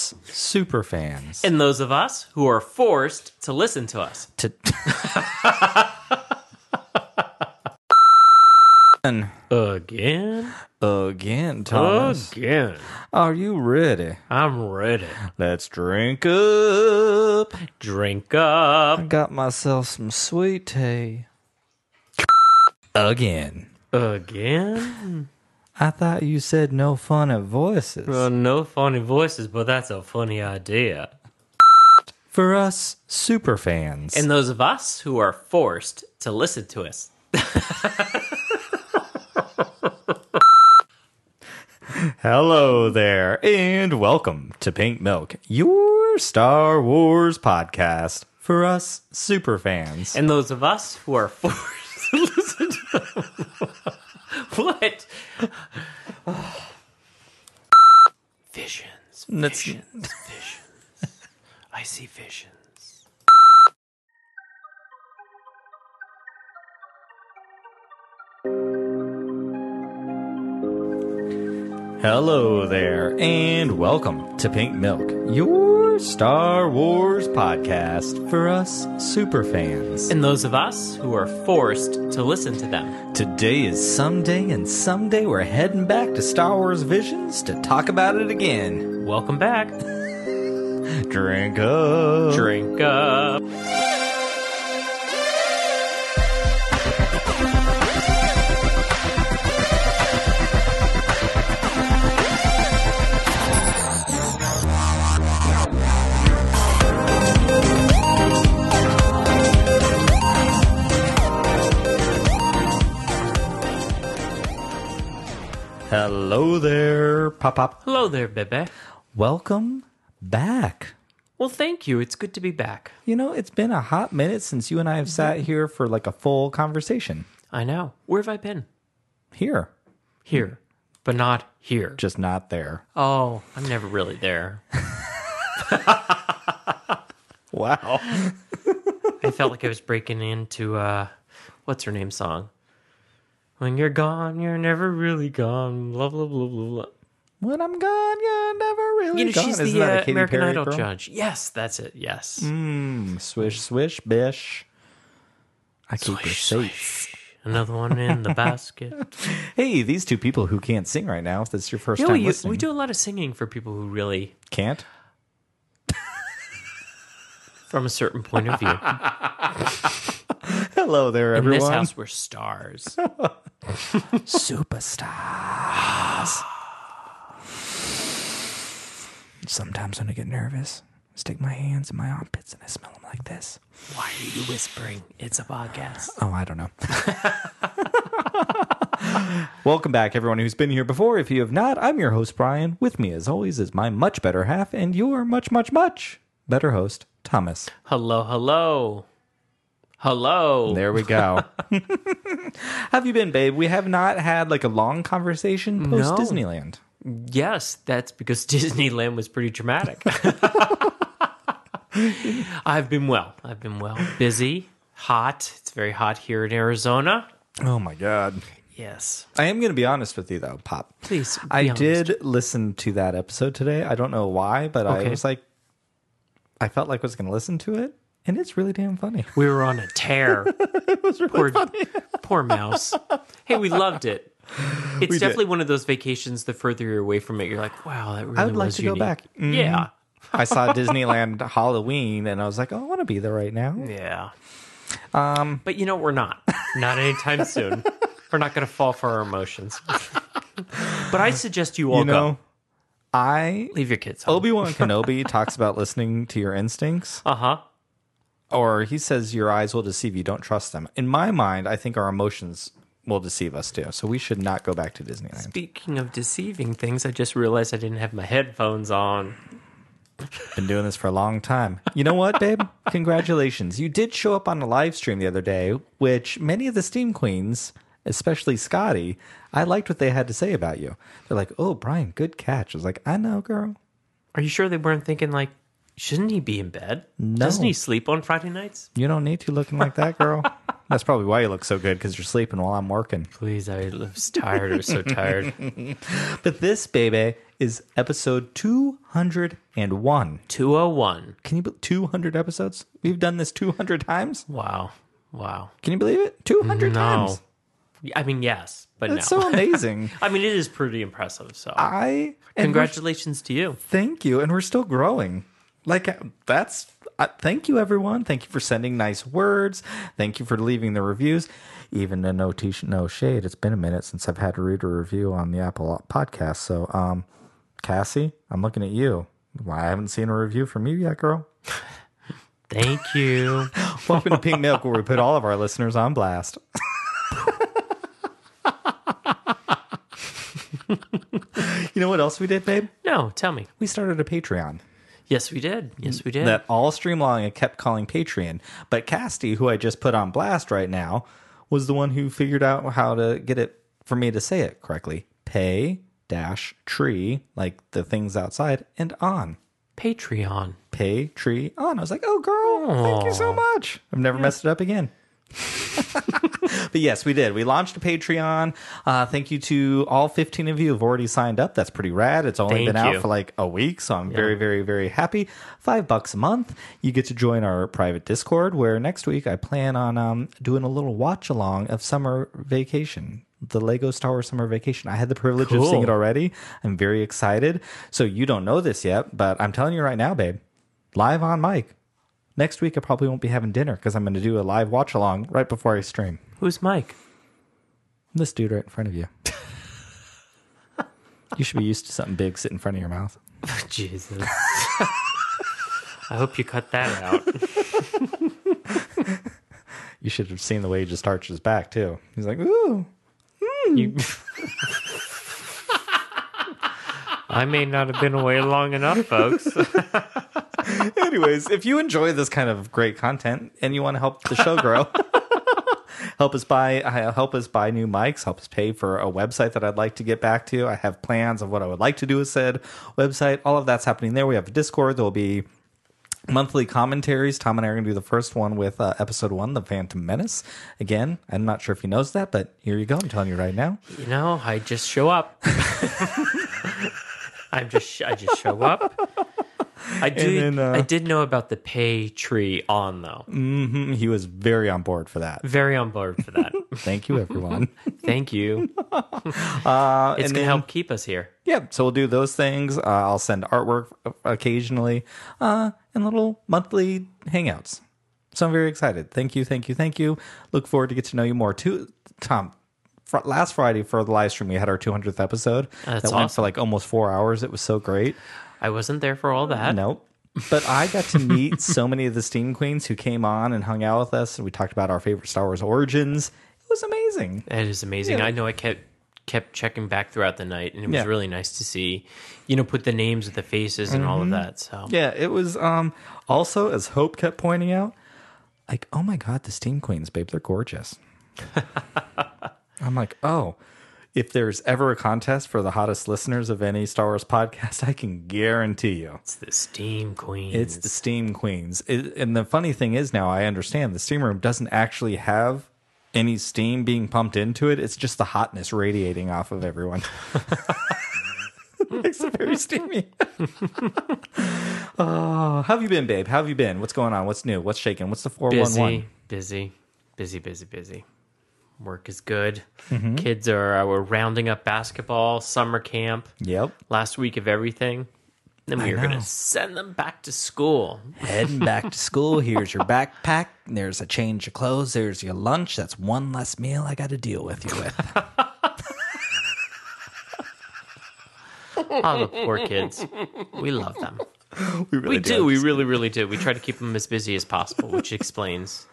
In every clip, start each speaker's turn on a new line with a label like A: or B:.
A: super fans.
B: And those of us who are forced to listen to us.
A: to
B: Again?
A: again, Thomas.
B: Again.
A: Are you ready?
B: I'm ready.
A: Let's drink up.
B: Drink up.
A: Got myself some sweet tea. Again.
B: Again?
A: I thought you said no fun at voices.
B: Uh, no funny voices, but that's a funny idea.
A: For us super fans.
B: And those of us who are forced to listen to us.
A: Hello there, and welcome to Pink Milk, your Star Wars podcast for us super fans.
B: And those of us who are forced to listen to What? Visions.
A: That's-
B: Visions. Visions. I see visions.
A: Hello there, and welcome to Pink Milk, your Star Wars podcast for us super fans.
B: And those of us who are forced to listen to them.
A: Today is someday, and someday we're heading back to Star Wars Visions to talk about it again.
B: Welcome back.
A: Drink up.
B: Drink up.
A: Hello there, Pop Pop.
B: Hello there, Bebe.
A: Welcome back.
B: Well, thank you. It's good to be back.
A: You know, it's been a hot minute since you and I have sat here for like a full conversation.
B: I know. Where have I been?
A: Here,
B: Here, but not here.
A: just not there.
B: Oh, I'm never really there.
A: Wow.
B: I felt like I was breaking into uh, what's her name song. When you're gone, you're never really gone. Blah blah blah blah blah.
A: When I'm gone, you're never really
B: You know,
A: gone.
B: she's
A: Isn't
B: the
A: that a
B: uh,
A: Katy
B: American
A: Perry
B: Idol
A: girl?
B: judge. Yes, that's it. Yes.
A: Mm, swish, swish, bish. I keep
B: Swish,
A: your
B: swish.
A: safe.
B: Another one in the basket.
A: Hey, these two people who can't sing right now, if that's your first
B: You know,
A: time
B: you-
A: listening,
B: we do a lot of singing for people who really,
A: can't.
B: from a certain point of view,
A: Hello there,
B: in this
A: everyone.
B: house, we're stars.
A: Superstars. Sometimes when I get nervous, I stick my hands in my armpits and I smell them like this.
B: Why are you whispering? It's a podcast.
A: Oh, I don't know. Welcome back, everyone who's been here before. If you have not, I'm your host, Brian. With me, as always, is my much better half and your much, much, much better host, Thomas.
B: Hello, hello. Hello.
A: There we go. have you been, babe? We have not had like a long conversation post Disneyland.
B: Yes, that's because Disneyland was pretty dramatic. I've been well. I've been well. Busy, hot. It's very hot here in Arizona.
A: Oh my god.
B: Yes.
A: I am going to be honest with you, though, Pop.
B: Please. be
A: I
B: honest.
A: did listen to that episode today. I don't know why, but I
B: Okay.
A: was like, I felt like I was going to listen to it, and it's really damn funny.
B: We were on a tear. poor, poor mouse. Hey, we loved it. It's
A: did.
B: definitely one of those vacations. The further you're away from it, you're like, wow, that really
A: I would like
B: was
A: to
B: unique.
A: go back. Mm-hmm.
B: Yeah.
A: I saw Disneyland Halloween, and I was like, oh, I want to be there right now.
B: Yeah. Um, but you know, we're not. Not anytime soon. We're not going to fall for our emotions. but I suggest you all
A: You
B: go.
A: know, I
B: Leave your kids home.
A: Obi Wan Kenobi talks about listening to your instincts,
B: Uh huh.
A: or he says your eyes will deceive you. Don't trust them. In my mind, I think our emotions will deceive us too. So we should not go back to Disneyland.
B: Speaking of deceiving things, I just realized I didn't have my headphones on.
A: Been doing this for a long time. You know what, babe? Congratulations. You did show up on a live stream the other day, which many of the Steam Queens, especially Scotty, I liked what they had to say about you. They're like, oh, Brian, good catch. I was like, I know, girl.
B: Are you sure they weren't thinking, like, shouldn't he be in bed?
A: No.
B: Doesn't he sleep on Friday nights?
A: You don't need to looking like that, girl. That's probably why you look so good because you're sleeping while I'm working.
B: Please, I was tired. I was so tired.
A: But this, baby, is episode 201.
B: 201.
A: Can you believe 200 episodes? We've done this 200 times?
B: Wow. Wow.
A: Can you believe it? 200
B: No.
A: times.
B: I mean, yes, but
A: That's
B: no.
A: so amazing.
B: I mean, it is pretty impressive. So,
A: I and we're-
B: congratulations to you.
A: Thank you. And we're still growing. Like, that's. I thank you, everyone. Thank you for sending nice words. Thank you for leaving the reviews. Even a no t- no shade. It's been a minute since I've had to read a review on the Apple podcast. So, um, Cassie, I'm looking at you. Why I haven't seen a review from you yet, girl.
B: Thank you.
A: Welcome to Pink Milk, where we put all of our listeners on blast. you know what else we did, babe?
B: no, tell me.
A: We started a Patreon.
B: Yes, we did. Yes, we did.
A: that all Streamlong I kept calling Patreon. But Casty, who I just put on blast right now, was the one who figured out how to get it for me to say it correctly. Pay dash tree, like the things outside, and on.
B: Patreon.
A: Pay tree on. I was like, oh girl, thank you so much. I've never messed it up again. but yes, we did. We launched a Patreon. Uh, thank you to all 15 of you who've already signed up. That's pretty rad. It's only
B: Thank
A: been out
B: you.
A: for like a week, so I'm very, very, very happy. Five bucks a month. You get to join our private Discord, where next week I plan on um, doing a little watch along of summer vacation. The Lego Star Wars Summer Vacation. I had the privilege of seeing
B: Cool.
A: it already. I'm very excited. So you don't know this yet, but I'm telling you right now, babe, live on mic. Next week I probably won't be having dinner because I'm going to do a live watch along right before I stream.
B: Who's Mike?
A: This dude right in front of you. you should be used to something big sit in front of your mouth.
B: Jesus. I hope you cut that out.
A: You should have seen the way he just arched his back too. He's like, ooh.
B: You... I may not have been away long enough, folks.
A: Anyways, if you enjoy this kind of great content and you want to help the show grow, help us buy uh, help us buy new mics, help us pay for a website that I'd like to get back to. I have plans of what I would like to do with said website. All of that's happening there. We have a Discord. There will be monthly commentaries. Tom and I are going to do the first one with uh, episode one, The Phantom Menace. Again, I'm not sure if he knows that, but here you go. I'm telling you right now.
B: You know, I just show up. I'm just I just show up. I do.
A: then, uh,
B: I did know about the pay tree on though.
A: Mm, He was very on board for that.
B: Very on board for that.
A: Thank you, everyone.
B: Thank you.
A: Uh, and
B: It's gonna
A: then-
B: help keep us here.
A: Yeah, so we'll do those things. Uh, I'll send artwork occasionally uh, and little monthly hangouts. So I'm very excited. Thank you, thank you, thank you. Look forward to get to know you more too, Tom. Fr- last Friday for the live stream, we had our 200th episode.
B: That's
A: that went for
B: awesome.
A: like almost four hours. It was so great.
B: I wasn't there for all that.
A: Nope. But I got to meet so many of the Steam Queens who came on and hung out with us, and we talked about our favorite Star Wars origins. It was amazing.
B: It is amazing. I know I kept kept checking back throughout the night, and it was
A: Yeah.
B: really nice to see, you know, put the names with the faces and all of that. So
A: Mm-hmm. Yeah, it was um also as Hope kept pointing out, like, oh my god, the steam queens, babe, they're gorgeous. I'm like, oh, if there's ever a contest for the hottest listeners of any Star Wars podcast, I can guarantee you.
B: it's the Steam Queen.
A: It's the Steam Queens. It, and the funny thing is now I understand the steam room doesn't actually have any steam being pumped into it. It's just the hotness radiating off of everyone. Makes it very steamy. oh, how have you been, babe? How have you been? What's going on? What's new? What's shaking? What's the
B: busy,
A: 411?
B: busy, busy, busy, busy. Work is good.
A: Mm-hmm.
B: Kids are uh, we're rounding up basketball summer camp
A: Yep.
B: last week of everything. Then we are
A: know.
B: gonna send them back to school.
A: Heading back to school. Here's your backpack. There's a change of clothes. There's your lunch. That's one less meal I got to deal with you with.
B: Oh, the poor kids. We love them.
A: We really
B: We do. We really, really do. We try to keep them as busy as possible, which explains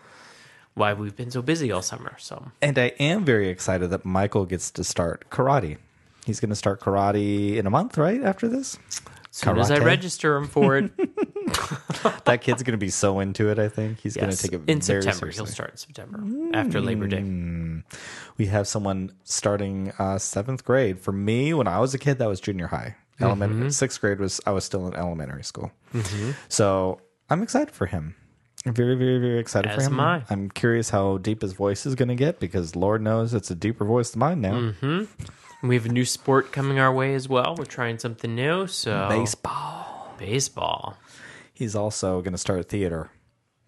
B: why we've been so busy all summer. So
A: And I am very excited that Michael gets to start karate. He's going to start karate in a month, right? After this,
B: as soon as I
A: Karate.
B: register him for it,
A: that kid's going to be so into it. I think he's going to
B: yes,
A: take it
B: in
A: very
B: September.
A: seriously.
B: He'll
A: Mm.
B: start in September after Labor Day.
A: We have someone starting uh, seventh grade. For me, when I was a kid, that was junior high.
B: Mm-hmm.
A: Elementary sixth grade was I was still in elementary school, so I'm excited for him. I'm very, very, very excited
B: As
A: for him.
B: am I.
A: I'm curious how deep his voice is going to get because Lord knows it's a deeper voice than mine now.
B: Mm-hmm. We have a new sport coming our way as well. We're trying something new. So
A: Baseball.
B: baseball.
A: He's also going to start theater,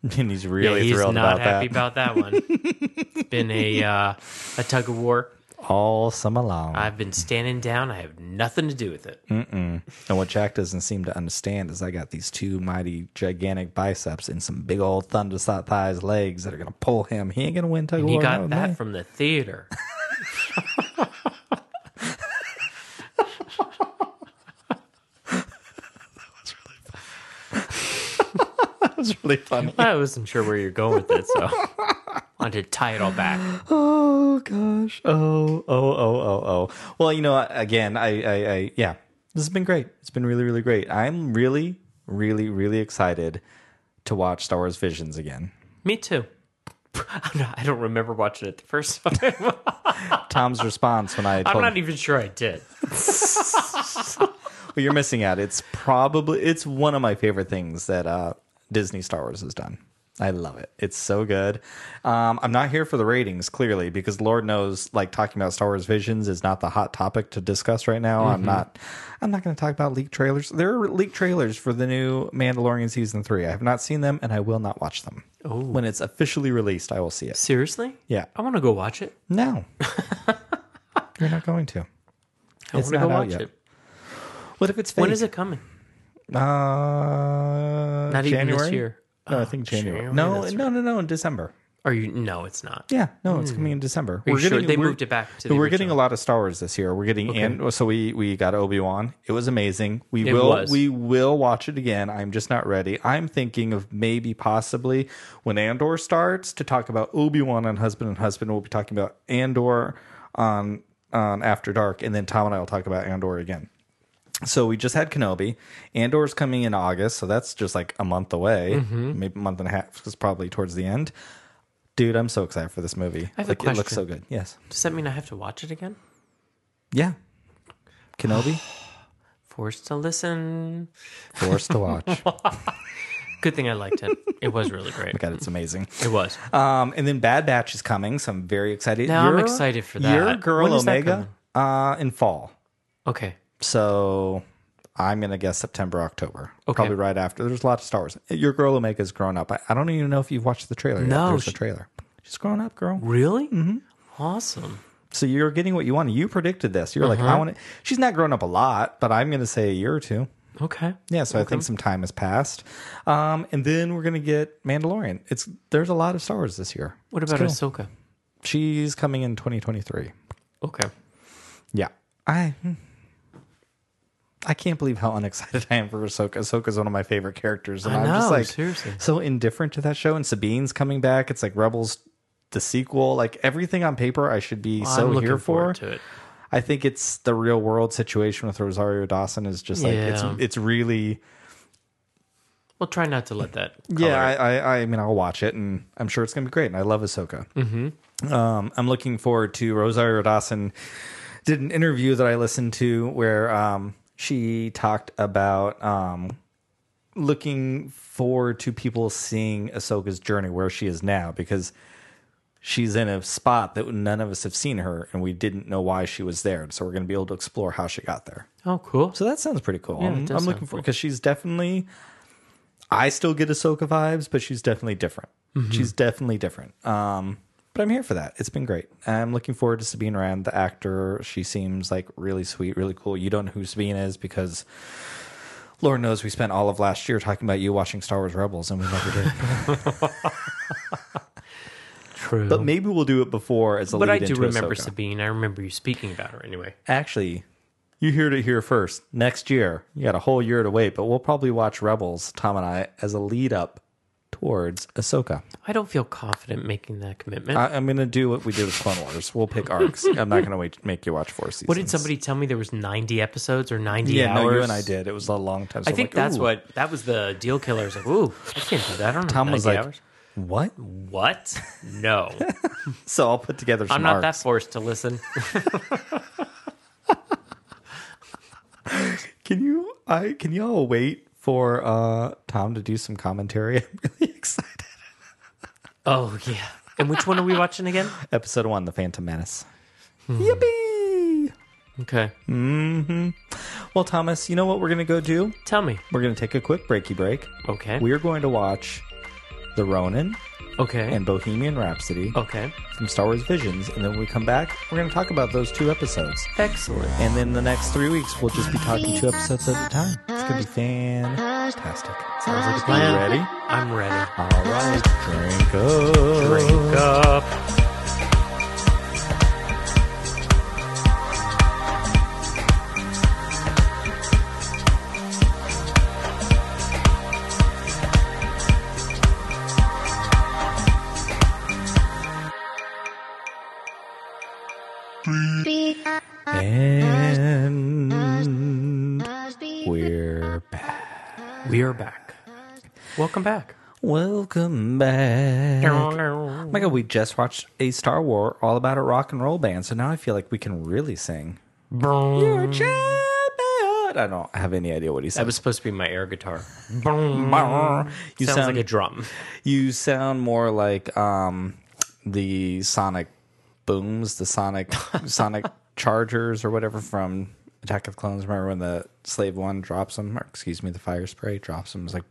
A: and he's
B: Yeah,
A: really
B: he's not
A: thrilled about
B: happy
A: that
B: about that one. it's been a uh, a tug of war.
A: all summer long.
B: I've been standing down. I have nothing to do with it.
A: Mm. And what Jack doesn't seem to understand is I got these two mighty, gigantic biceps and some big old thunder th- thighs, legs that are going to pull him. He ain't going to win tug of
B: And he
A: war.
B: got
A: no,
B: that
A: man.
B: from the theater.
A: That was really funny.
B: I wasn't sure where you're going with it, so wanted to tie it all back.
A: Oh gosh. Oh oh oh oh oh. Well, you know, again, I I, I yeah, this has been great. It's been really really great. I'm really really really excited to watch Star Wars Visions again.
B: Me too. I'm not, I don't remember watching it the first time.
A: Tom's response when I
B: I'm
A: told him,
B: not even sure I did.
A: well, you're missing out. It's probably it's one of my favorite things that uh, Disney Star Wars has done. I love it. It's so good. Um, I'm not here for the ratings, clearly, because Lord knows, like talking about Star Wars Visions is not the hot topic to discuss right now.
B: Mm-hmm.
A: I'm not. I'm not going to talk about leaked trailers. There are leaked trailers for the new Mandalorian season three. I have not seen them, and I will not watch them. When it's officially released, I will see it.
B: Seriously?
A: Yeah.
B: I want to go watch it.
A: No, you're not going to.
B: I
A: It's
B: want to go
A: not out
B: watch
A: yet.
B: it.
A: What if it's fake?
B: When is it coming?
A: Uh,
B: Not
A: January?
B: even this year.
A: No, I think January.
B: Ah, January
A: no,
B: this
A: no, no, no, in December.
B: Are you? No, it's not.
A: Yeah, no, it's coming in December.
B: Hmm. Are you
A: We're
B: sure
A: getting-
B: they
A: we're-
B: moved it back to? The
A: We're getting a lot of Star Wars this year. We're getting and so we we got Obi Wan. It was amazing. We
B: It
A: will
B: was.
A: we will watch it again. I'm just not ready. I'm thinking of maybe possibly when Andor starts to talk about Obi Wan on Husband and Husband. We'll be talking about Andor on on After Dark, and then Tom and I will talk about Andor again. So we just had Kenobi. Andor's coming in August, so that's just like a month away,
B: Mm-hmm.
A: maybe a month and a half. Is probably towards the end. Dude, I'm so excited for this movie.
B: have a
A: like, it looks
B: question.
A: so good. Yes.
B: Does that mean I have to watch it again?
A: Yeah. Kenobi,
B: Forced to listen.
A: forced to watch.
B: Good thing I liked it. It was really great.
A: God, it's amazing.
B: It was.
A: Um, and then Bad Batch is coming, so I'm very excited.
B: Now I'm
A: Your-
B: excited for
A: Your
B: that.
A: girl
B: When is that
A: Omega uh, in fall.
B: Okay.
A: So I'm gonna guess September, October.
B: Okay.
A: Probably right after. There's lots of Star Wars. Your girl Omega's grown up. I, I don't even know if you've watched the trailer. yet.
B: No,
A: there's
B: she-
A: a trailer. She's grown up, girl.
B: Really? Mm-hmm. Awesome.
A: So you're getting what you wanted. You predicted this. You're
B: Uh-huh.
A: like, I want to. She's not grown up a lot, but I'm gonna say a year or two.
B: Okay.
A: Yeah, so I think some time has passed. Um, and then we're gonna get Mandalorian. It's there's a lot of Star Wars this year.
B: What
A: It's
B: about
A: cool.
B: Ahsoka?
A: She's coming in 2023.
B: Okay.
A: Yeah, I
B: hmm.
A: I can't believe how unexcited I am for Ahsoka. Ahsoka's one of my favorite characters, and
B: I
A: am just
B: know,
A: like
B: seriously.
A: so indifferent to that show. And Sabine's coming back. It's like Rebels, the sequel. Like everything on paper, I should be so
B: I'm looking
A: here for.
B: forward to it.
A: I think it's the real world situation with Rosario Dawson is just like
B: Yeah.
A: it's it's really.
B: We'll try not to let that.
A: Yeah,
B: color
A: I,
B: it.
A: I, I mean, I'll watch it, and I'm sure it's going to be great. And I love Ahsoka. Mm-hmm. Um, I'm looking forward to Rosario Dawson did an interview that I listened to where um, she talked about um, looking forward to people seeing Ahsoka's journey where she is now because she's in a spot that none of us have seen her, and we didn't know why she was there. So we're going to be able to explore how she got there.
B: oh, cool.
A: So that sounds pretty cool.
B: it
A: I'm,
B: does
A: I'm looking
B: sound
A: for because she's definitely. I still get Ahsoka vibes, but she's definitely different.
B: Mm-hmm.
A: She's definitely different. Um, but I'm here for that. It's been great. I'm looking forward to Sabine Rand, the actor. She seems like really sweet, really cool. You don't know who Sabine is because Lord knows we spent all of last year talking about you watching Star Wars Rebels, and we never did.
B: True.
A: but maybe we'll do it before as a
B: But
A: lead
B: I do
A: into
B: remember
A: Ahsoka.
B: Sabine. I remember you speaking about her anyway.
A: actually you heard it here first next year you got a whole year to wait but we'll probably watch rebels tom and i as a lead up towards ahsoka
B: I don't feel confident making that commitment.
A: I, i'm gonna do what we did with clone wars we'll pick arcs i'm not gonna wait make you watch four seasons
B: what did somebody tell me? There was 90 episodes or 90
A: yeah
B: hours.
A: no you and i did it was a long time so
B: I think that's what that was the deal killer. I was like, ooh, I can't do that. I don't know.
A: tom was
B: 90
A: like
B: hours.
A: what
B: what? No,
A: so i'll put together some
B: I'm not that
A: arcs.
B: forced to listen.
A: can you i can y'all wait for uh tom to do some commentary i'm really excited
B: Oh yeah. And which one are we watching again?
A: Episode one, The Phantom Menace.
B: Hmm.
A: Yippee!
B: Okay.
A: Well, Thomas, you know what we're going to go do?
B: Tell me.
A: We're going to take a quick breaky break.
B: Okay.
A: We're going to watch The Ronin
B: okay.
A: and Bohemian Rhapsody
B: okay.
A: from Star Wars Visions. And then when we come back, we're going to talk about those two episodes.
B: Excellent.
A: And then the next three weeks, we'll just be talking two episodes at a time. It's going to be fantastic. Sounds like a plan.
B: plan.
A: Ready?
B: I'm ready.
A: All right. Drink up.
B: Drink up.
A: And we're back.
B: We are back. Welcome back.
A: Welcome back. Oh my
B: Like
A: god, we just watched a Star War all about a rock and roll band, so now I feel like we can really sing. You're a champion. I don't have any idea what he said.
B: That was supposed to be my air guitar. you
A: you
B: sounds
A: sound
B: like a drum.
A: you sound more like um the Sonic booms, the Sonic Sonic Chargers or whatever from Attack of the Clones. Remember when the Slave One drops him, or excuse me, the fire spray drops him? It's like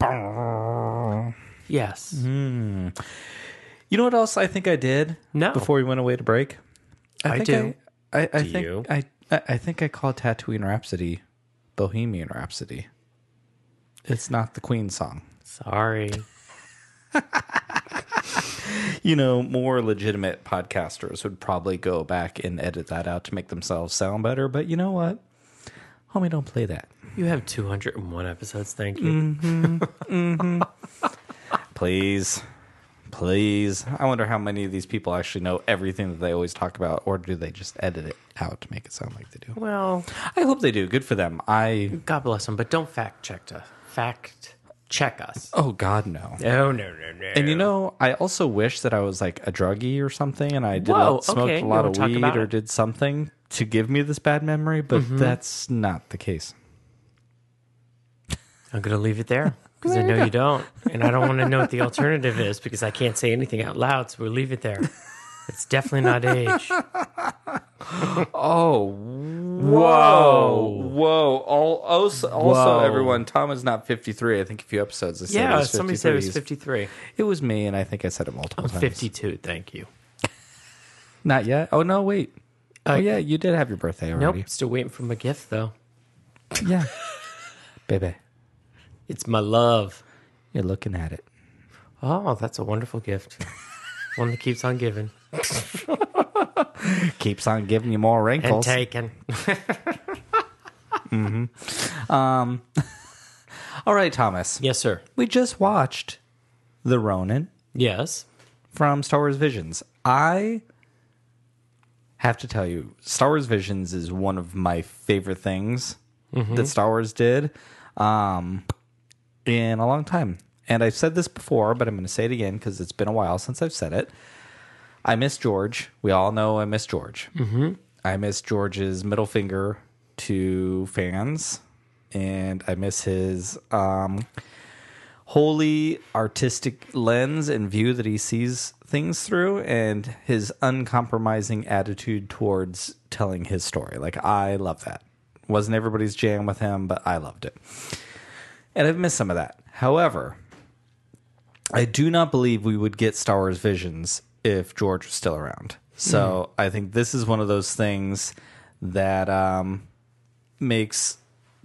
B: Mm. Yes.
A: you know what else I think I did?
B: No.
A: before we went away to break.
B: I
A: think
B: do.
A: I, I, I
B: Do
A: think
B: you?
A: I I I think I call Tatooine Rhapsody Bohemian Rhapsody. It's not the Queen song.
B: Sorry.
A: You know, more legitimate podcasters would probably go back and edit that out to make themselves sound better. But you know what? Homie, don't play that.
B: You have 201 episodes. Thank you.
A: Please. Please. I wonder how many of these people actually know everything that they always talk about, or do they just edit it out to make it sound like they do?
B: Well,
A: I hope they do. Good for them. I.
B: God bless them, but don't fact check us. Fact check us.
A: Oh, God, no.
B: Oh, no, no, no.
A: And you know, I also wish that I was like a druggie or something, and I did
B: Whoa,
A: not, smoked
B: okay,
A: a
B: you
A: lot
B: wanna
A: of
B: talk
A: weed
B: about
A: or
B: it?
A: did something to give me this bad memory, but that's not the case.
B: I'm going to leave it there because I know you don't. And I don't want to know what the alternative is because I can't say anything out loud. So we'll leave it there. It's definitely not age.
A: Oh, whoa, whoa! All, also, also,
B: Whoa.
A: everyone, Tom is not fifty-three. I think a few episodes. I said he
B: Yeah,
A: was
B: somebody said it
A: 53.
B: was
A: He's-
B: 53.
A: It was me, and I think I said it multiple times.
B: 52, thank you.
A: Not yet. Oh no, wait. oh yeah, you did have your birthday
B: Nope,
A: already.
B: still waiting for my gift though.
A: Yeah, baby,
B: It's my love.
A: you're looking at it.
B: Oh, that's a wonderful gift. One that keeps on giving
A: Keeps on giving you more
B: and
A: wrinkles.
B: taking.
A: All right, Thomas.
B: Yes, sir.
A: we just watched The Ronin
B: Yes.
A: from Star Wars Visions. I have to tell you, Star Wars Visions is one of my favorite things that Star Wars did um, in a long time. And I've said this before, but I'm going to say it again because it's been a while since I've said it. I miss George. We all know I miss George. Mm-hmm. I miss George's middle finger to fans, and I miss his um, wholly artistic lens and view that he sees things through and his uncompromising attitude towards telling his story. Like I love that. Wasn't everybody's jam with him, but I loved it. And I've missed some of that. However, I do not believe we would get Star Wars Visions if George was still around. So I think this is one of those things that um, makes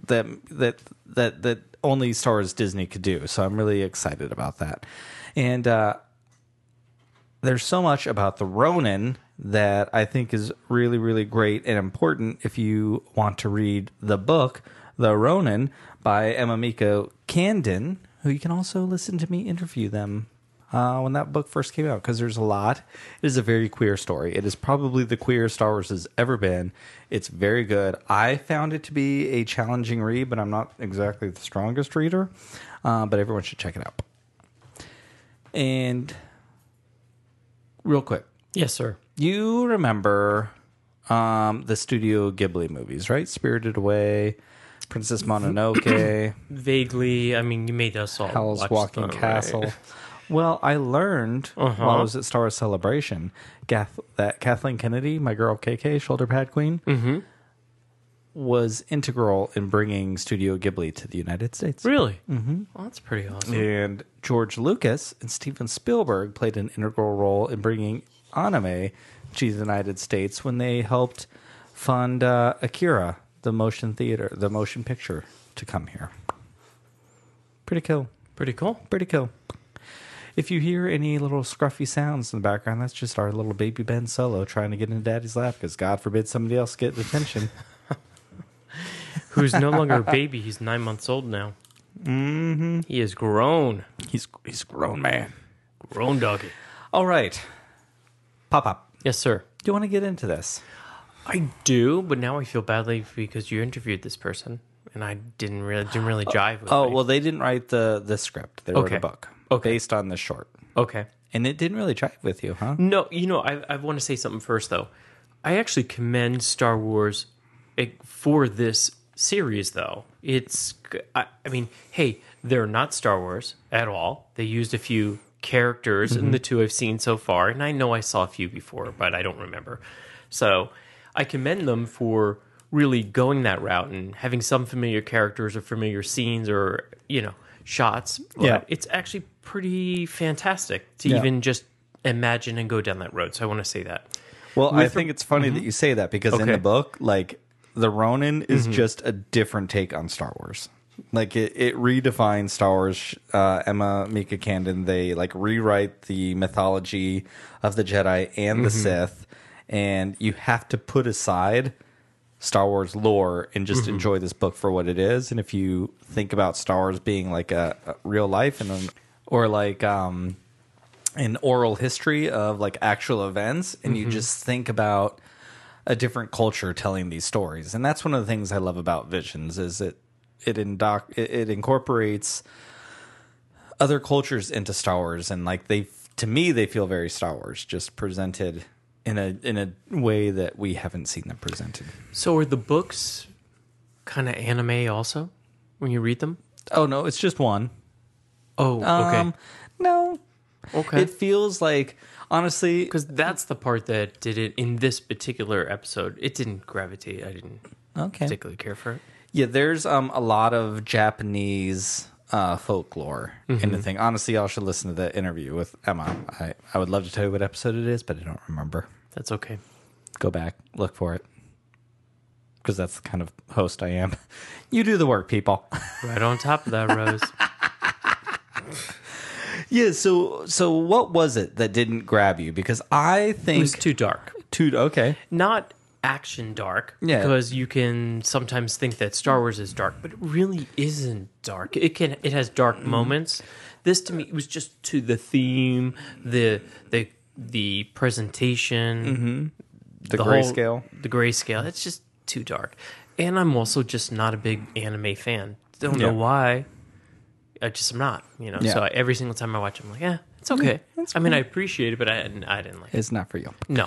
A: that that that that only Star Wars Disney could do. So I'm really excited about that. And uh, there's so much about the Ronin that I think is really really great and important if you want to read the book The Ronin by Emma Miko Candon, who you can also listen to me interview them. Uh, when that book first came out, because there's a lot. It is a very queer story. It is probably the queer Star Wars has ever been. It's very good. I found it to be a challenging read, but I'm not exactly the strongest reader. Uh, but everyone should check it out. And real quick,
B: Yes, sir.
A: you remember um, the Studio Ghibli movies, right? Spirited Away, Princess Mononoke,
B: Vaguely, I mean, you made us all
A: Howl's
B: watch
A: Walking
B: them, right?
A: Castle. Well, I learned while I was at Star Wars Celebration Gath- that Kathleen Kennedy, my girl KK, shoulder pad queen, was integral in bringing Studio Ghibli to the United States.
B: Really? Mm-hmm. Well, that's pretty awesome.
A: And George Lucas and Steven Spielberg played an integral role in bringing anime to the United States when they helped fund uh, Akira, the motion theater, the motion picture, to come here. Pretty cool.
B: Pretty cool.
A: Pretty cool. If you hear any little scruffy sounds in the background, that's just our little baby Ben Solo trying to get into daddy's lap because God forbid somebody else get attention.
B: Who's no longer a baby? He's nine months old now. Mm-hmm. He is grown,
A: he's he's a grown man.
B: grown doggy.
A: All right. Pop up.
B: Yes, sir.
A: Do you want to get into this?
B: I do, but now I feel badly because you interviewed this person, and I didn't really didn't really jive with.
A: Oh
B: me.
A: well, they didn't write the the script. They wrote
B: Okay.
A: a book
B: Okay.
A: based on the short,
B: okay.
A: and it didn't really jive with you, huh?
B: No, you know, I, I want to say something first, though. I actually commend Star Wars eh, for this series, though. It's, g- I, I mean, hey, they're not Star Wars at all. They used a few characters in the two I've seen so far, and I know I saw a few before, but I don't remember. So I commend them for really going that route and having some familiar characters or familiar scenes or, you know, shots. But
A: Yeah.
B: It's actually pretty fantastic to
A: Yeah.
B: even just imagine and go down that road. So I want to say that.
A: Well, I think it's funny that you say that because in
B: Okay.
A: the book, like the Ronin is just a different take on Star Wars. Like it, it redefines Star Wars. Uh, Emma Mika Candon they like rewrite the mythology of the Jedi and the Sith, and you have to put aside Star Wars lore and just enjoy this book for what it is. And if you think about Star Wars being like a, a real life and an, or like um, an oral history of like actual events and you just think about a different culture telling these stories and that's one of the things i love about visions is it it indoc it, it incorporates other cultures into star wars and like they to me they feel very star wars just presented in a in a way that we haven't seen them presented
B: So are the books kind of anime also when you read them?
A: oh no it's just one
B: Oh,
A: um no
B: okay. Okay.
A: it feels like honestly
B: Because that's the part that did it in this particular episode. It didn't gravitate. I didn't
A: okay
B: particularly care for it.
A: Yeah, there's um a lot of Japanese uh, folklore in the thing. Honestly, y'all should listen to the interview with Emma. I, I would love to tell you what episode it is, but I don't remember.
B: That's okay.
A: Go back, look for it. Because that's the kind of host I am. You do the work, people.
B: Right on top of that, Rose.
A: yeah, so so what was it that didn't grab you? Because I think
B: It's too dark.
A: two okay.
B: Not action dark.
A: Yeah.
B: Because you can sometimes think that Star Wars is dark, but it really isn't dark. It can it has dark
A: Mm.
B: moments. This to me it was just to the theme, the the the presentation,
A: Mm-hmm. The,
B: whole-
A: grayscale.
B: the grayscale. It's just too dark. And I'm also just not a big anime fan. Don't
A: Yeah.
B: know why. I just am not, you know.
A: Yeah.
B: So I, every single time I watch, I'm like, yeah, it's okay. I mean, I appreciate it, but I didn't, I didn't like it.
A: It's not for you.
B: No,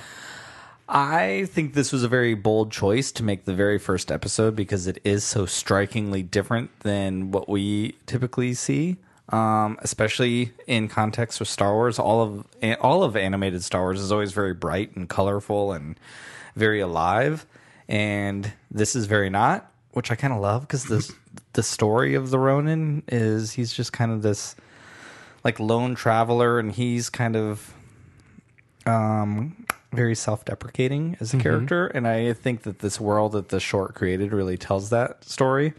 A: I think this was a very bold choice to make the very first episode because it is so strikingly different than what we typically see, um, especially in context with Star Wars. All of a- all of animated Star Wars is always very bright and colorful and very alive, and this is very not, which I kind of love because the the story of the Ronin is he's just kind of this like lone traveler, and he's kind of um, very self-deprecating as a character and i think that this world that the short created really tells that story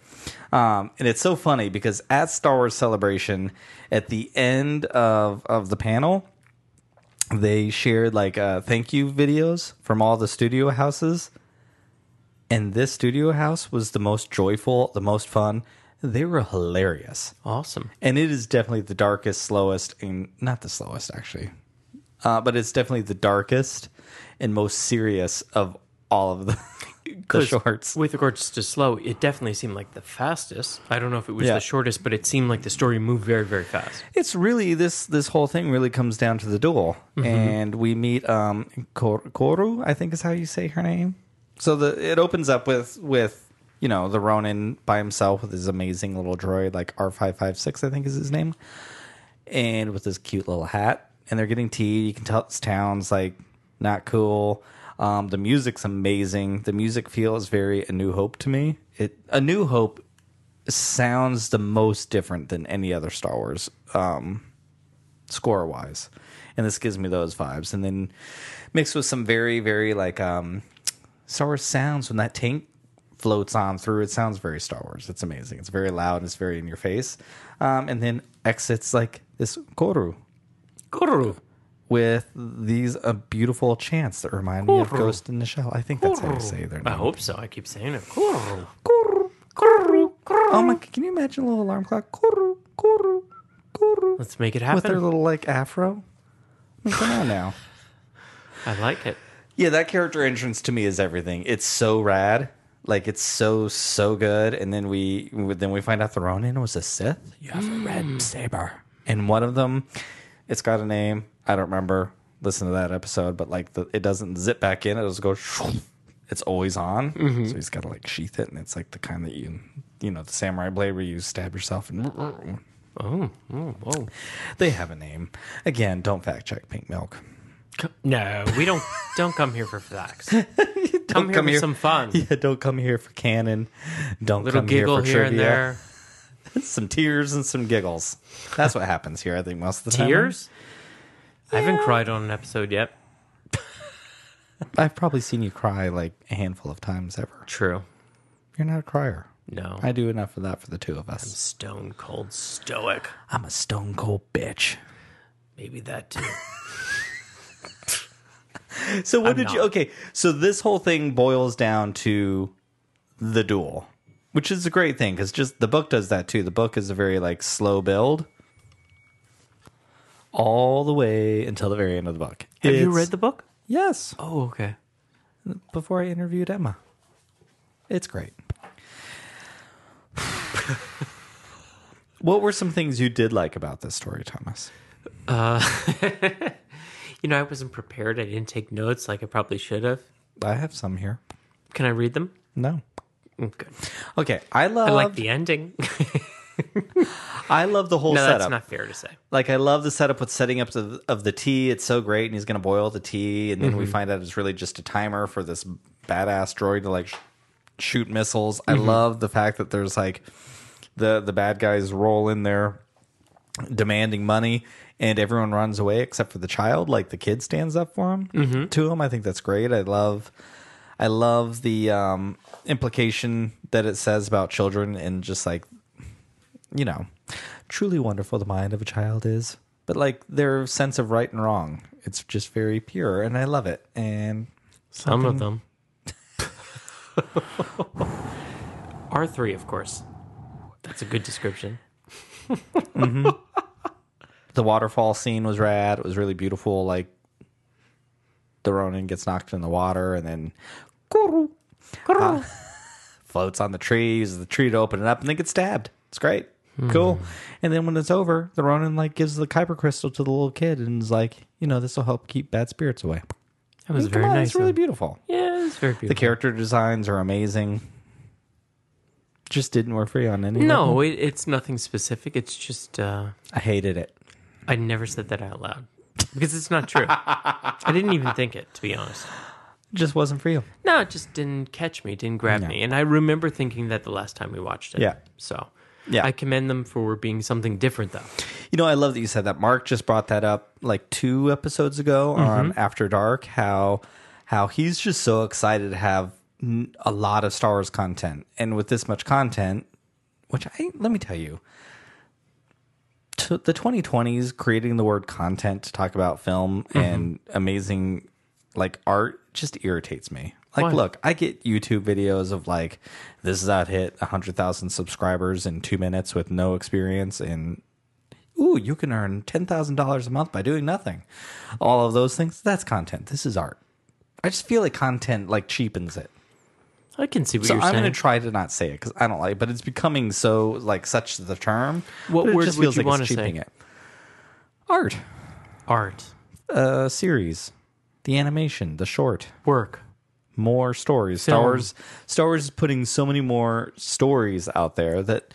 A: um, and it's so funny because at star wars celebration at the end of, of the panel they shared like uh, thank you videos from all the studio houses and this studio house was the most joyful the most fun they were hilarious
B: awesome.
A: and it is definitely the darkest, slowest, and not the slowest actually, uh, but it's definitely the darkest and most serious of all of the, the
B: 'Cause
A: shorts.
B: With regards to slow, it definitely seemed like the fastest. I don't know if it was
A: Yeah.
B: the shortest, but it seemed like the story moved very, very fast.
A: It's really this this whole thing really comes down to the duel, and we meet um, Kor- Koru, I think is how you say her name. So the it opens up with with you know the Ronin by himself with his amazing little droid like R five five six I think is his name, and with this cute little hat. And they're getting tea. You can tell this town's like not cool. Um, the music's amazing. The music feels very A New Hope to me. It A New Hope sounds the most different than any other Star Wars score wise and this gives me those vibes and then mixed with some very very like um star wars sounds when that tank floats on through it sounds very star wars it's amazing it's very loud and it's very in your face um and then exits like this koru
B: Guru.
A: with these uh, beautiful chants that remind me of
B: Koru.
A: ghost in the shell i think that's how you say their
B: I
A: name
B: hope so. I keep saying it. Guru.
A: Koru.
B: Guru. Guru.
A: oh my can you imagine a little alarm clock koru koru koru
B: Let's make it
A: with their
B: happen.
A: little like afro I mean, come on now
B: I like it.
A: Yeah, that character entrance to me is everything. It's so rad. Like it's so so good, and then we then we find out the Ronin was a Sith. You have a red saber, and one of them, it's got a name. I don't remember. Listen to that episode, but like the, it doesn't zip back in; it just goes. shoo. It's always on, so he's got to like sheath it, and it's like the kind that you you know the samurai blade where you stab yourself and
B: Oh, oh, oh.
A: they have a name. Again, don't fact check pink milk.
B: C- No, we don't. Don't come here for facts. come here
A: come
B: for
A: here.
B: some fun.
A: Yeah, don't come here for canon. Don't
B: Little
A: come here
B: giggle
A: for
B: here, and
A: trivia.
B: there.
A: some tears and some giggles. That's what happens here, I think, most of the time.
B: Tears. I haven't cried on an episode yet.
A: I've probably seen you cry like a handful of times ever.
B: True.
A: You're not a crier.
B: No.
A: I do enough of that for the two of us.
B: Stone cold stoic.
A: I'm a stone cold bitch.
B: Maybe that too.
A: So what did you
B: not.
A: Okay, so this whole thing boils down to the duel, which is a great thing cuz just the book does that too. The book is a very like slow build all the way until the very end of the book.
B: Have you
A: It's-
B: read the book?
A: Yes.
B: Oh, okay.
A: before I interviewed Emma. It's great. what were some things you did like about this story, Thomas?
B: You know, I wasn't prepared. I didn't take notes like I probably should have.
A: I have some here.
B: Can I read them?
A: No.
B: Okay.
A: Okay, I love
B: I
A: I,
B: like the ending.
A: love the whole
B: no, that's
A: setup.
B: not fair to say.
A: like I love the setup with setting up the, of the tea. It's so great, and he's gonna boil the tea, and then we find out it's really just a timer for this badass droid to like sh- shoot missiles. I love the fact that there's like the the bad guys roll in there demanding money, and everyone runs away except for the child. Like the kid stands up for him to him. I think that's great. I love. I love the um, implication that it says about children and just like you know, truly wonderful the mind of a child is, but like their sense of right and wrong. It's just very pure and I love it. And
B: Some of them. R3, of course. That's a good description.
A: the waterfall scene was rad. It was really beautiful. Like the Ronin gets knocked in the water and then Kuru, uh, floats on the tree, uses the tree to open it up, and they get stabbed. It's great.
B: Hmm.
A: Cool. And then when it's over, the Ronin like gives the Kyber crystal to the little kid and is like, you know, this will help keep bad spirits away.
B: That was
A: Come
B: very
A: on,
B: nice.
A: it's really
B: though.
A: beautiful.
B: yeah, it was very
A: The
B: beautiful.
A: character designs are amazing. Just didn't work for you on any. level.
B: No, it, it's nothing specific. It's just uh,
A: I hated it.
B: I never said that out loud because it's not true. I didn't even think it, to be honest.
A: Just wasn't for you.
B: No, it just didn't catch me, didn't grab me. And I remember thinking that the last time we watched it.
A: Yeah.
B: So
A: Yeah.
B: I commend them for being something different, though.
A: You know, I love that you said that. Mark just brought that up like two episodes ago on After Dark. How how he's just so excited to have n- a lot of Star Wars content, and with this much content, which I let me tell you, t- the 2020s creating the word content to talk about film and amazing like art just irritates me. Like,
B: Why?
A: look, I get YouTube videos of like this is how it hit 100,000 subscribers in two minutes with no experience, and ooh, you can earn $10,000 a month by doing nothing. All of those things, that's content. This is art. I just feel like content like cheapens it.
B: I can see what
A: So
B: you're
A: I'm
B: saying.
A: going to try to not say it because I don't like, it, but it's becoming so like such the term.
B: What
A: but it
B: words
A: just
B: would
A: feels
B: you
A: like
B: wanna
A: it's
B: say?
A: cheaping it? Art,
B: Art,
A: uh, series, the animation, the short,
B: work.
A: more stories. Star
B: Film.
A: Wars, Star Wars is putting so many more stories out there that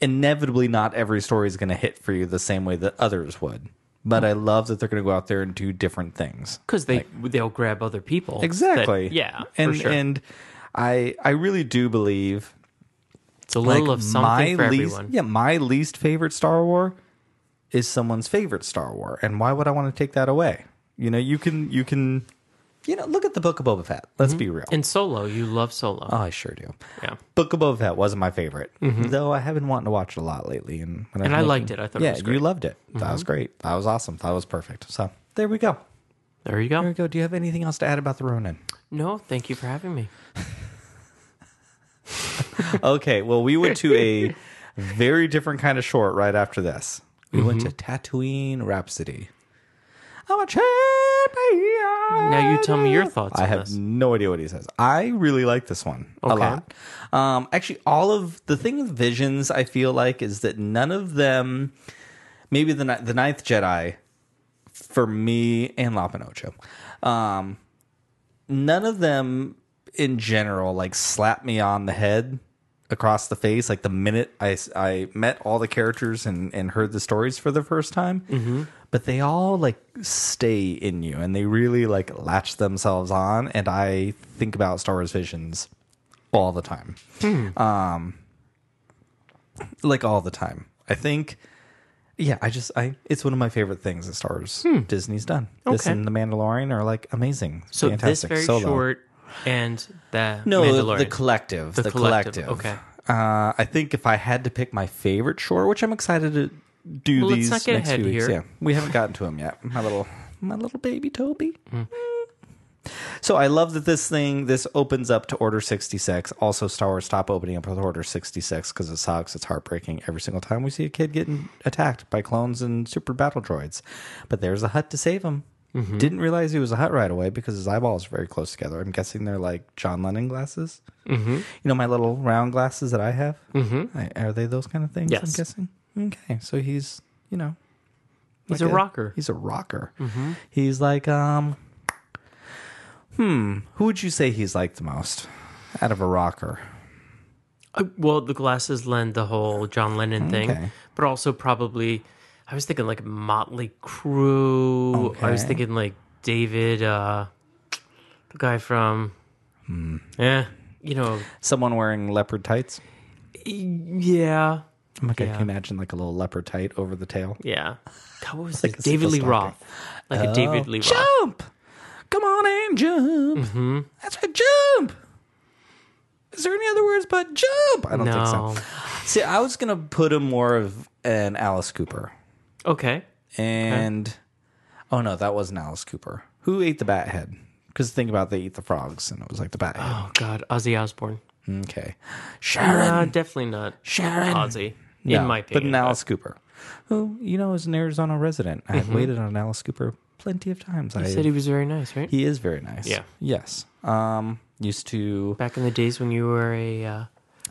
A: inevitably not every story is going to hit for you the same way that others would. But I love that they're going to go out there and do different things.
B: because they they'll grab other people. that-
A: Exactly.
B: yeah,
A: And
B: for sure.
A: and I I really do believe
B: it's a little
A: like,
B: of something for
A: least,
B: everyone.
A: Yeah, my least favorite Star War is someone's favorite Star War, and why would I want to take that away? You know, you can you can you know look at the Book of Boba Fett. Let's be real.
B: Mm-hmm. And solo, you love solo.
A: oh, I sure do.
B: yeah,
A: Book of Boba Fett wasn't my favorite, though I have been wanting to watch it a lot lately. Mm-hmm. And when
B: and I
A: looked-
B: liked it. I thought it
A: yeah,
B: was great.
A: you loved it. Mm-hmm. That was great. That was awesome. That was perfect. So there we go.
B: there you
A: There
B: go.
A: we go. Do you have anything else to add about the Ronin?
B: No, thank you for having me.
A: okay, well, we went to a very different kind of short right after this. We went to Tatooine Rhapsody. I'm a champion.
B: Now you tell me your thoughts
A: I
B: on
A: have
B: this.
A: no idea what he says. I really like this one a
B: Okay.
A: lot. Um, actually, all of the thing with visions, I feel like, is that none of them, maybe the ni- the Ninth Jedi, for me and Lapinocho, um, none of them in general like slap me on the head across the face like the minute I, I met all the characters and, and heard the stories for the first time but they all like stay in you and they really like latch themselves on and i think about star wars visions all the time um like all the time i think yeah i just i it's one of my favorite things that star wars disney's done this
B: Okay.
A: and the mandalorian are like amazing
B: So this
A: fantastic
B: very
A: Solo.
B: short and the
A: no the,
B: Mandalorian.
A: the collective the, collective,
B: collective, okay.
A: uh, I think if I had to pick my favorite short, which I'm excited to do
B: Well, let's
A: these
B: not get
A: next
B: ahead
A: few weeks.
B: here.
A: Yeah, we haven't gotten to him yet. My little, my little baby Toby.
B: Mm.
A: So I love that this thing this opens up to Order 66. Also, Star Wars stop opening up with Order 66 because it sucks. It's heartbreaking every single time we see a kid getting attacked by clones and super battle droids. But there's a hut to save him.
B: Mm-hmm.
A: Didn't realize he was a hut right away because his eyeballs are very close together. I'm guessing they're like John Lennon glasses. Mm-hmm. You know my little round glasses that I have. Mm-hmm. I, are they those kind of things? I'm
B: Yes.
A: guessing. Okay, so he's you know
B: He's
A: like
B: a rocker. Mm-hmm.
A: He's a rocker. He's like, um, hmm, who would you say he's like the most out of a rocker?
B: Uh, well, the glasses lend the whole John Lennon
A: Mm, Okay.
B: thing, but also probably I was thinking like Motley Crue. I was
A: Okay.
B: thinking like David, uh, the guy from,
A: Hmm.
B: yeah, you know,
A: Someone wearing leopard tights.
B: yeah,
A: I'm like, I
B: Yeah.
A: can imagine like a little leopard tight over the tail.
B: yeah. God, what was
A: Like
B: it?
A: a
B: David Lee
A: Sicko
B: Roth, like a David
A: Oh,
B: Lee Roth. Mm-hmm.
A: Jump! Come on and jump. That's right, jump. Is there any other words but jump? I don't
B: No,
A: think so. See, I was gonna put him more of an Alice Cooper.
B: okay,
A: and oh no, that wasn't Alice Cooper. Who ate the bat head? Because think about they eat the frogs, and it was like the bat head.
B: oh god, Ozzy Osbourne.
A: Okay, Sharon,
B: Uh, definitely not
A: Sharon,
B: Ozzy,
A: No,
B: Uh, in my
A: but
B: opinion.
A: an Alice Cooper, who you know is an Arizona resident. I had waited on Alice Cooper plenty of times. I
B: you said Mm-hmm. he was very nice, right?
A: he is very nice.
B: Yeah.
A: Yes. Um. Used to
B: Back in the days when you were a uh,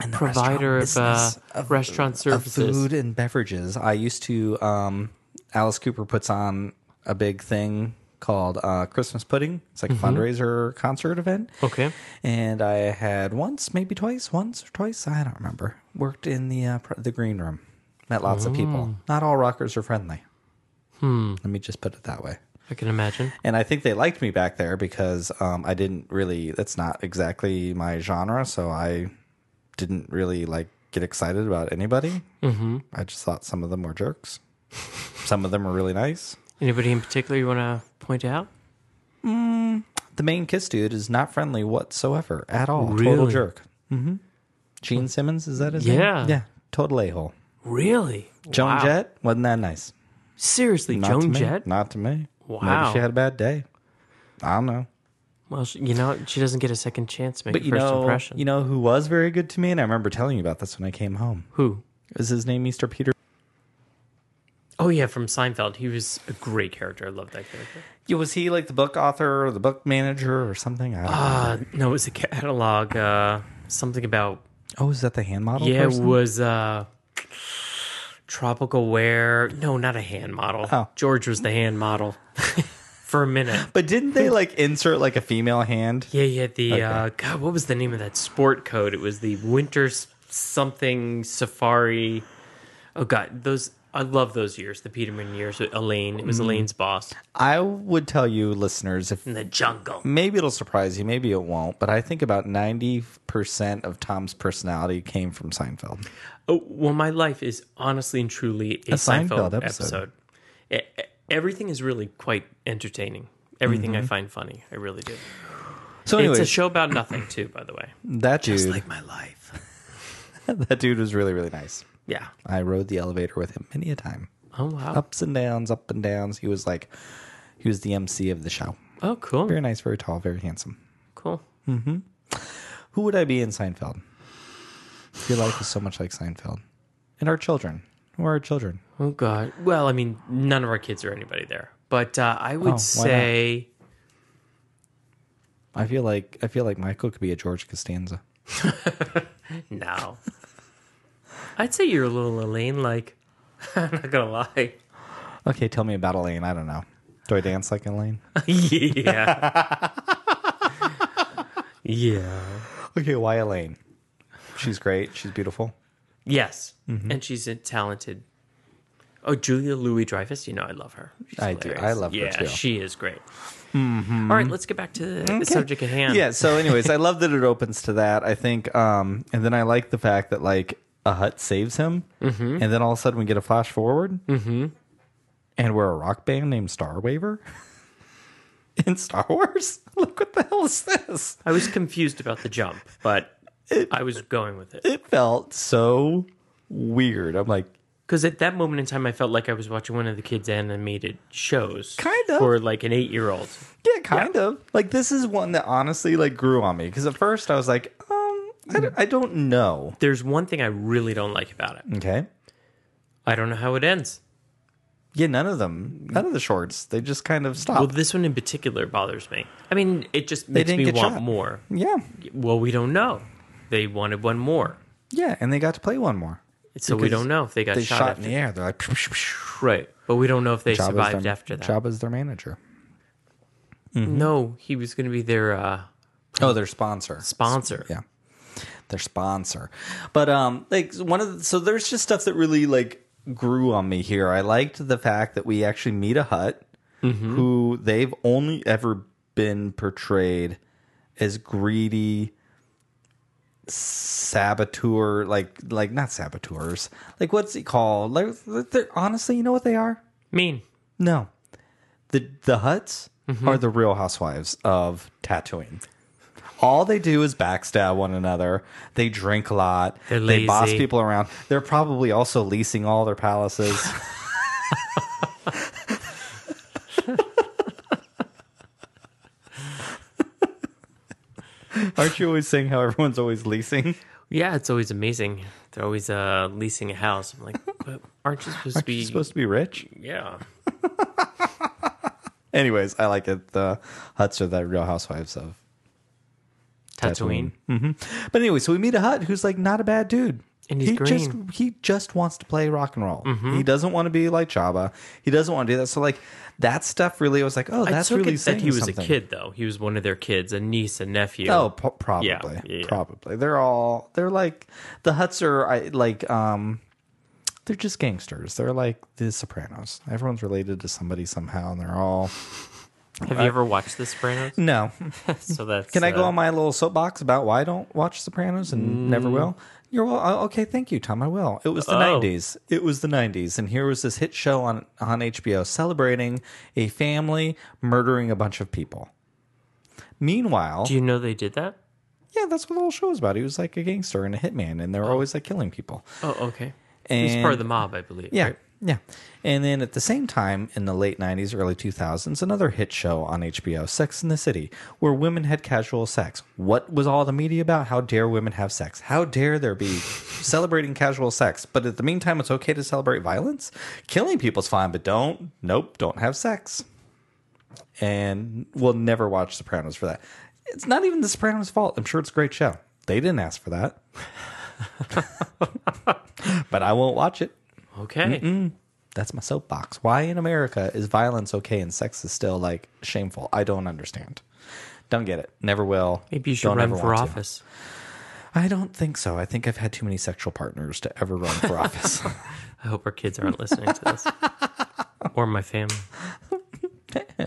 A: in the
B: provider of,
A: restaurant
B: uh,
A: business, of-
B: restaurant
A: of
B: services.
A: food and beverages. I used to. Um, Alice Cooper puts on a big thing called uh, Christmas Pudding. It's
B: Mm-hmm.
A: like a fundraiser concert event.
B: Okay.
A: And I had once, maybe twice, once or twice, I don't remember. Worked in the uh, pr- the green room. Met lots of
B: Oh.
A: people. Not all rockers are friendly. Hmm. Let me just put it that way.
B: I can imagine.
A: And I think they liked me back there because um, I didn't really. That's not exactly my genre, so I didn't really like get excited about anybody. Mm-hmm. I just thought some of them were jerks. some of them were really nice.
B: Anybody in particular you want to point out?
A: The main kiss dude is not friendly whatsoever at all. Total
B: Really?
A: jerk. Mm-hmm. Gene Simmons is that his
B: Yeah.
A: name? Yeah. Total a hole.
B: Really?
A: Joan
B: Wow.
A: Jett wasn't that nice.
B: Seriously,
A: Not to
B: Joan
A: me.
B: Jett?
A: Not to me. Maybe
B: Wow.
A: she had a bad day. I don't know.
B: Well, she, you know, she doesn't get a second chance to make
A: But
B: a
A: you
B: first
A: know,
B: impression.
A: you know who was very good to me, and I remember telling you about this when I came home.
B: Who?
A: Is his name Mr. Peter?
B: Oh, yeah, from Seinfeld. He was a great character. I love that character.
A: Yeah, was he like the book author or the book manager or something? I don't
B: Uh, no, it was a catalog. Uh, something about,
A: know. Oh, is that the hand model?
B: yeah, it
A: person?
B: was uh, tropical wear. No, not a hand model.
A: Oh.
B: George was the hand model for a minute.
A: But didn't they like insert like a female hand?
B: Yeah, yeah. The uh, God, what was the name of that sport coat? It was the winter s- something safari Oh God, those I love those years, the Peterman years. with Elaine, it was Elaine's boss
A: I would tell you, listeners, if
B: in the jungle.
A: maybe it'll surprise you, maybe it won't, but I think about 90% of Tom's personality came from Seinfeld.
B: Oh well, my life is honestly and truly a,
A: Seinfeld
B: Seinfeld,
A: episode.
B: episode. E- e- everything is really quite entertaining. Everything I find funny, I really do.
A: So,
B: it's a
A: anyways,
B: show about nothing too, by the way.
A: that dude,
B: It's like my life.
A: that dude was really, really nice.
B: Yeah.
A: I rode the elevator with him many a time.
B: Oh wow.
A: Ups and downs, up and downs. He was like, he was the MC of the show.
B: Oh cool.
A: Very nice, very tall, very handsome.
B: Cool.
A: Who would I be in Seinfeld? Your life is so much like Seinfeld. And our children. Who are our children?
B: Oh God. Well, I mean, none of our kids are anybody there, but uh, I would
A: Oh, why not?
B: say
A: I feel like I feel like Michael could be a George Costanza.
B: no. I'd say you're a little Elaine like. I'm not gonna lie.
A: Okay, tell me about Elaine. I don't know. Do I dance like Elaine?
B: yeah. yeah.
A: okay, why Elaine? She's great. She's beautiful.
B: Yes,
A: Mm-hmm.
B: and she's a talented. Oh, Julia Louis Dreyfus. You know I love her. She's
A: I do. I
B: hilarious.
A: love her,
B: yeah,
A: too. Mm-hmm.
B: she is great. All right, let's get back to the the subject at hand.
A: Yeah. So, anyways, I love that it opens to that. I think, um, and then I like the fact that like a hut saves him, and then all of a sudden we get a flash forward, mm-hmm. and we're a rock band named Star Waver in Star Wars. Look what the hell is this?
B: I was confused about the jump, but I was going with it.
A: It felt so weird. I'm like,
B: Because at that moment in time, I felt like I was watching one of the kids' animated shows.
A: Kind of.
B: For like an eight year old.
A: Yeah, kind of. Like this is one that honestly like grew on me because at first I was like, um, I don't, I don't know.
B: There's one thing I really don't like about it.
A: Okay.
B: I don't know how it ends.
A: Yeah, none of them, none of the shorts. They just kind of
B: Well,
A: stopped.
B: this one in particular bothers me. I mean, it just makes
A: didn't
B: me
A: get
B: want
A: shot.
B: more.
A: yeah,
B: Well, we don't know. They wanted one more.
A: yeah, and they got to play one more.
B: So we
A: Because
B: don't know if they got
A: They
B: shot,
A: shot,
B: after.
A: in the air. They're like, psh, psh, psh.
B: Right. But we don't know if they
A: Jabba's
B: survived
A: their,
B: after that.
A: Jabba's their manager. Mm-hmm.
B: No, he was going to be their uh,
A: Oh, their sponsor.
B: sponsor.
A: Yeah. Their sponsor. But um like one of the, so there's just stuff that really like grew on me here. I liked the fact that we actually meet a hut
B: Mm-hmm.
A: who they've only ever been portrayed as greedy saboteur like like not saboteurs. Like what's he called? Like they're honestly, you know what they are?
B: Mean.
A: No. The the huts
B: Mm-hmm.
A: are the real housewives of tattooing. All they do is backstab one another. They drink a lot.
B: They're
A: They boss
B: lazy.
A: people around. They're probably also leasing all their palaces. Aren't you always saying how everyone's always leasing?
B: Yeah, it's always amazing. They're always uh, leasing a house. I'm like, but aren't you supposed to
A: You're
B: be?
A: supposed to be rich.
B: yeah.
A: Anyways, I like it. The huts are the real housewives of
B: Tatooine.
A: Mm-hmm. But anyway, so we meet a Hut who's like not a bad dude.
B: And he's
A: he just
B: green. Mm-hmm.
A: he just wants to play rock and roll. He doesn't want to be like Jabba. He doesn't want to do that. So like that stuff really I was like, oh,
B: I
A: that's
B: took
A: really
B: it that
A: saying
B: he was
A: something.
B: a kid, though. He was one of their kids, a niece, a nephew.
A: Oh, po- probably,
B: Yeah, yeah, yeah.
A: probably. They're all they're like the Huts are I, like um, they're just gangsters. They're like the Sopranos. Everyone's related to somebody somehow, and they're all
B: have you ever watched The Sopranos?
A: no.
B: so that's.
A: Can I go
B: uh,
A: on my little soapbox about why I don't watch Sopranos and never will? You're well. oh, Okay, thank you, Tom. I will. It was the
B: Mm. Oh.
A: '90s. It was the '90s, and here was this hit show on on HBO celebrating a family murdering a bunch of people. Meanwhile,
B: Do you know they did that?
A: yeah, that's what the whole show was about. He was like a gangster and a hitman, and they were always like killing people.
B: Oh, okay.
A: And
B: He's part of the mob, I believe.
A: yeah.
B: right?
A: Yeah. And then at the same time, in the late 90s, early 2000s, another hit show on HBO, Sex in the City, where women had casual sex. What was all the media about? How dare women have sex? How dare there be celebrating casual sex? But at the meantime, it's okay to celebrate violence? Killing people's fine, but don't, nope, don't have sex. And we'll never watch Sopranos for that. It's not even The Sopranos' fault. I'm sure it's a great show. They didn't ask for that. but I won't watch it.
B: Okay.
A: That's my soapbox. Why in America is violence okay and sex is still like shameful? I don't understand. Don't get it. Never will.
B: Maybe you should
A: Don't
B: run
A: ever
B: for
A: want to.
B: office.
A: I don't think so. I think I've had too many sexual partners to ever run for office.
B: I hope our kids aren't listening to this, or my family,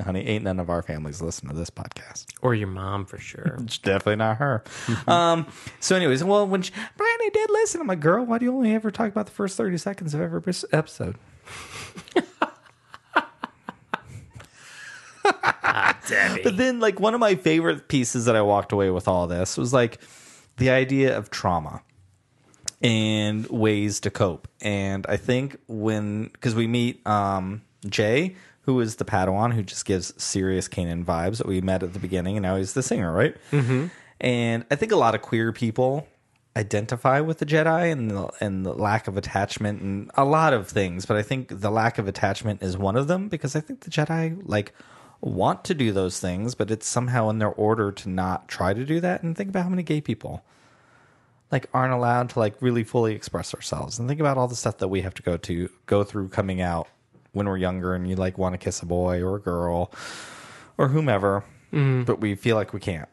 A: Honey, ain't none of our families listen to this podcast.
B: or your mom for sure.
A: It's definitely not her.
B: Mm-hmm.
A: um, so, anyways, well, when she, Brandy did listen, I'm like, girl, why do you only ever talk about the first 30 seconds of every pers- episode? But then, like, one of my favorite pieces that I walked away with all this was like the idea of trauma and ways to cope. And I think when, because we meet um, Jay, who is the Padawan who just gives serious Kanan vibes that we met at the beginning, and now he's the singer, right? Mm-hmm. And I think a lot of queer people identify with the Jedi and the, and the lack of attachment and a lot of things, but I think the lack of attachment is one of them because I think the Jedi like want to do those things, but it's somehow in their order to not try to do that. And think about how many gay people like aren't allowed to like really fully express ourselves and think about all the stuff that we have to go to go through coming out when we're younger and you like want to kiss a boy or a girl or whomever but we feel like we can't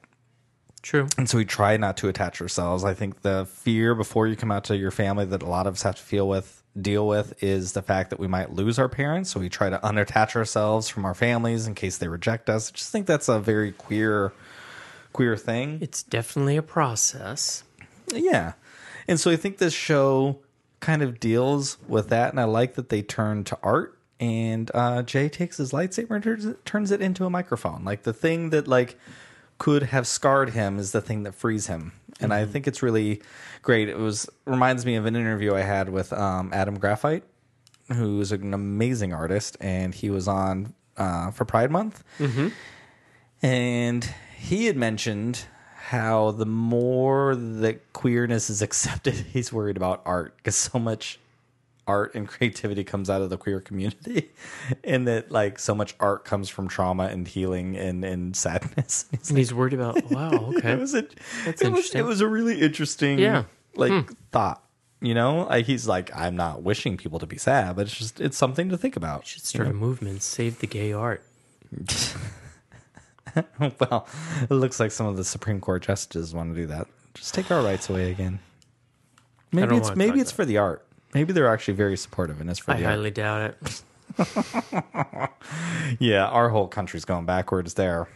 B: True.
A: and so we try not to attach ourselves i think the fear before you come out to your family that a lot of us have to feel with deal with is the fact that we might lose our parents so we try to unattach ourselves from our families in case they reject us i just think that's a very queer queer thing
B: It's definitely a process.
A: yeah. And so I think this show kind of deals with that. And I like that they turn to art. And uh, Jay takes his lightsaber and turns it, turns it into a microphone. Like the thing that like could have scarred him is the thing that frees him. And I think it's really great. It was reminds me of an interview I had with um, Adam Graphite who is an amazing artist, and he was on uh, for Pride Month, and he had mentioned how the more that queerness is accepted, he's worried about art because so much art and creativity comes out of the queer community, and that like so much art comes from trauma and healing and and sadness. He's
B: And he's worried about. Wow.
A: it
B: Okay.
A: was a, it was
B: interesting.
A: it was a really interesting
B: Yeah. Hmm.
A: like thought. You know, like he's like, I'm not wishing people to be sad, but it's just it's something to think about.
B: Should start a movement. Save the gay art.
A: well, it looks like some of the Supreme Court justices want to do that. Just take our rights away again. Maybe
B: don't
A: it's
B: wanna
A: maybe
B: talk
A: it's for the art. Maybe they're actually very supportive and it's for
B: I
A: the art.
B: highly doubt it.
A: Yeah, our whole country's going backwards there.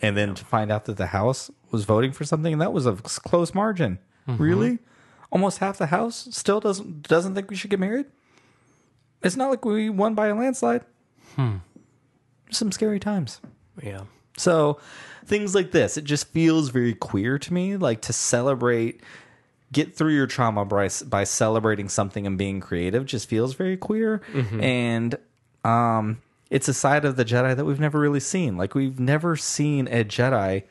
A: And then to find out that the House was voting for something and that was a close margin.
B: Mm-hmm.
A: Really? Almost half the House still doesn't doesn't think we should get married? It's not like we won by a landslide. Hmm. Some scary times.
B: Yeah.
A: So things like this, it just feels very queer to me, like to celebrate get through your trauma by, by celebrating something and being creative just feels very queer and um it's a side of the Jedi that we've never really seen. Like we've never seen a Jedi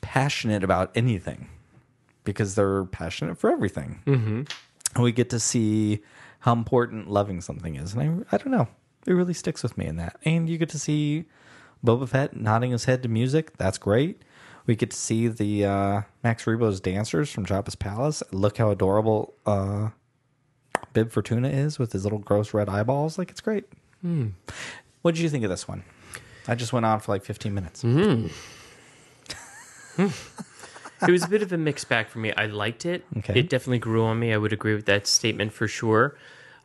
A: passionate about anything because they're passionate for everything. Mm-hmm. And we get to see how important loving something is. And I, I don't know. It really sticks with me in that. And you get to see Boba Fett nodding his head to music. That's great. We get to see the uh, Max Rebo's dancers from Jabba's Palace. Look how adorable uh, Bib Fortuna is with his little gross red eyeballs. Like, it's great.
B: Hmm.
A: What did you think of this one? I just went on for like 15 minutes.
B: Mm-hmm. it was a bit of a mixed bag for me. I liked it.
A: Okay.
B: It definitely grew on me. I would agree with that statement for sure.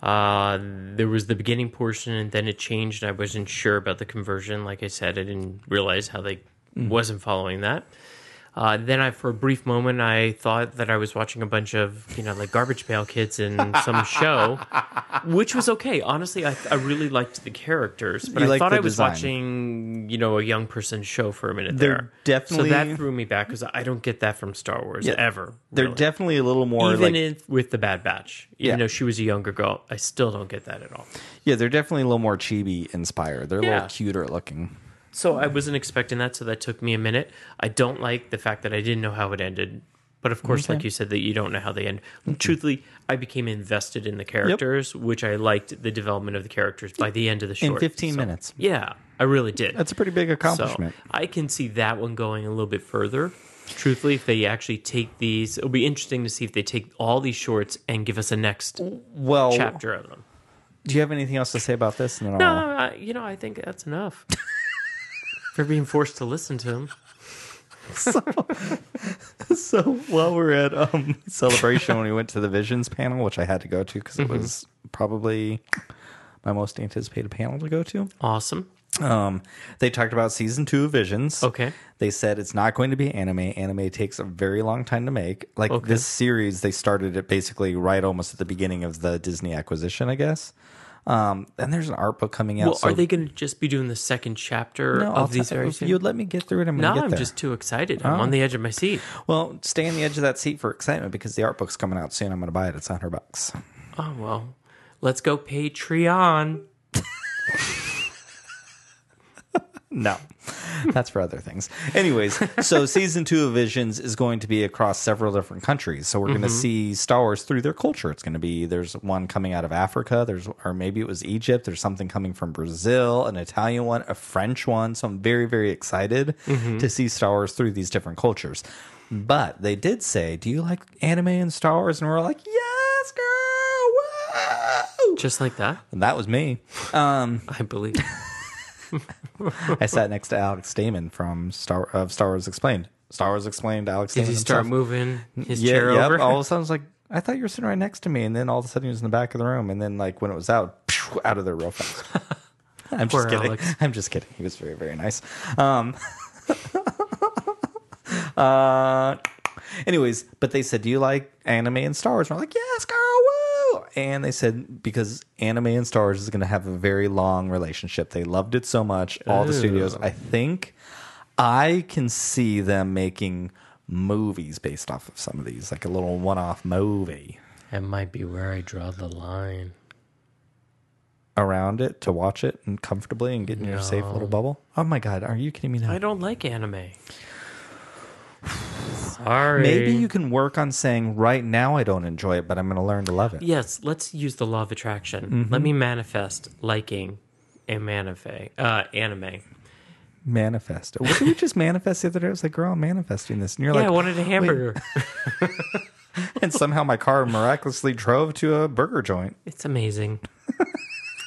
B: Uh, there was the beginning portion, and then it changed. I wasn't sure about the conversion. Like I said, I didn't realize how they
A: Mm.
B: wasn't following that. Uh, then I, for a brief moment, I thought that I was watching a bunch of you know like garbage pail kids in some show, which was okay. Honestly, I, I really liked the characters, but
A: You
B: I
A: liked
B: thought
A: the
B: I was
A: design.
B: watching you know a young person's show for a minute
A: They're
B: there.
A: definitely-
B: so that threw me back because I don't get that from Star Wars
A: Yeah.
B: ever.
A: They're
B: really.
A: definitely a little more
B: even
A: like,
B: if- with the Bad Batch, even
A: Yeah.
B: though she was a younger girl, I still don't get that at all.
A: yeah, they're definitely a little more chibi inspired. They're a
B: Yeah.
A: little cuter looking.
B: So I wasn't expecting that, so that took me a minute. I don't like the fact that I didn't know how it ended. But of course, like you said, that you don't know how they end. Truthfully, I became invested in the characters, which I liked the development of the characters by the end of the
A: In
B: short.
A: 15
B: so-
A: minutes.
B: Yeah, I really did.
A: That's a pretty big accomplishment.
B: So I can see that one going a little bit further. Truthfully, if they actually take these, it'll be interesting to see if they take all these shorts and give us a next
A: well,
B: chapter of them.
A: do you have anything else to say about this? And then
B: No,
A: I'll-
B: I, you know, I think that's enough. For being forced to listen to them.
A: so, so while we're at um, celebration, when we went to the visions panel, which I had to go to because
B: Mm-hmm.
A: it was probably my most anticipated panel to go to,
B: Awesome.
A: um, they talked about season two of Visions.
B: Okay.
A: They said it's not going to be anime. Anime takes a very long time to make. Like this series, they started it basically right almost at the beginning of the Disney acquisition, I guess. Um, and there's an art book coming out.
B: Well,
A: so
B: are they going to just be doing the second chapter
A: No, I'll
B: of these
A: tell-
B: areas?
A: if you would let me get through it, I'm
B: Now
A: gonna get
B: I'm
A: there. Oh.
B: just too excited. I'm on the edge of my seat.
A: Well, stay on the edge of that seat for excitement because the art book's coming out soon. I'm going to buy it. It's hundred bucks.
B: Oh well, let's go Patreon.
A: No, that's for other things. Anyways, so season two of Visions is going to be across several different countries. So we're going to see Star Wars through their culture. It's going to be there's one coming out of Africa. There's or maybe it was Egypt. There's something coming from Brazil, an Italian one, a French one. So I'm very very excited to see Star Wars through these different cultures. But they did say, "Do you like anime and Star Wars?" And we're like, "Yes, girl!" Woo!"
B: Just like that,
A: And that was me.
B: I believe.
A: I sat next to Alex Damon from Star of Star Wars Explained. Star Wars Explained. Alex
B: Did
A: Damon
B: he start
A: himself.
B: moving his
A: Yeah,
B: chair
A: yep.
B: over?
A: All of a sudden, I was like, I thought you were sitting right next to me, and then all of a sudden, he was in the back of the room, and then like when it was out, phew, out of there real fast. I'm just
B: Poor
A: kidding.
B: Alex.
A: I'm just kidding. He was very very nice. Um, uh, anyways, but they said, "Do you like anime and Star Wars?" And I'm like, "Yes, girl, woo!" And they said because anime and Star Wars is going to have a very long relationship. They loved it so much. All the studios. I think I can see them making movies based off of some of these, like a little one-off movie
B: That might be where I draw the line.
A: around it to watch it and comfortably and get in your safe little bubble. Oh my god, are you kidding me now?
B: I don't like anime. Sorry.
A: Maybe you can work on saying right now I don't enjoy it, but I'm going to learn to love it.
B: Yes, let's use the law of attraction.
A: Mm-hmm.
B: Let me manifest liking a manife, uh, anime.
A: Manifest. it. What did we just manifest the other day? I was like, girl, I'm manifesting this. And you're
B: Yeah, I
A: like,
B: wanted a hamburger.
A: and somehow my car miraculously drove to a burger joint.
B: It's amazing.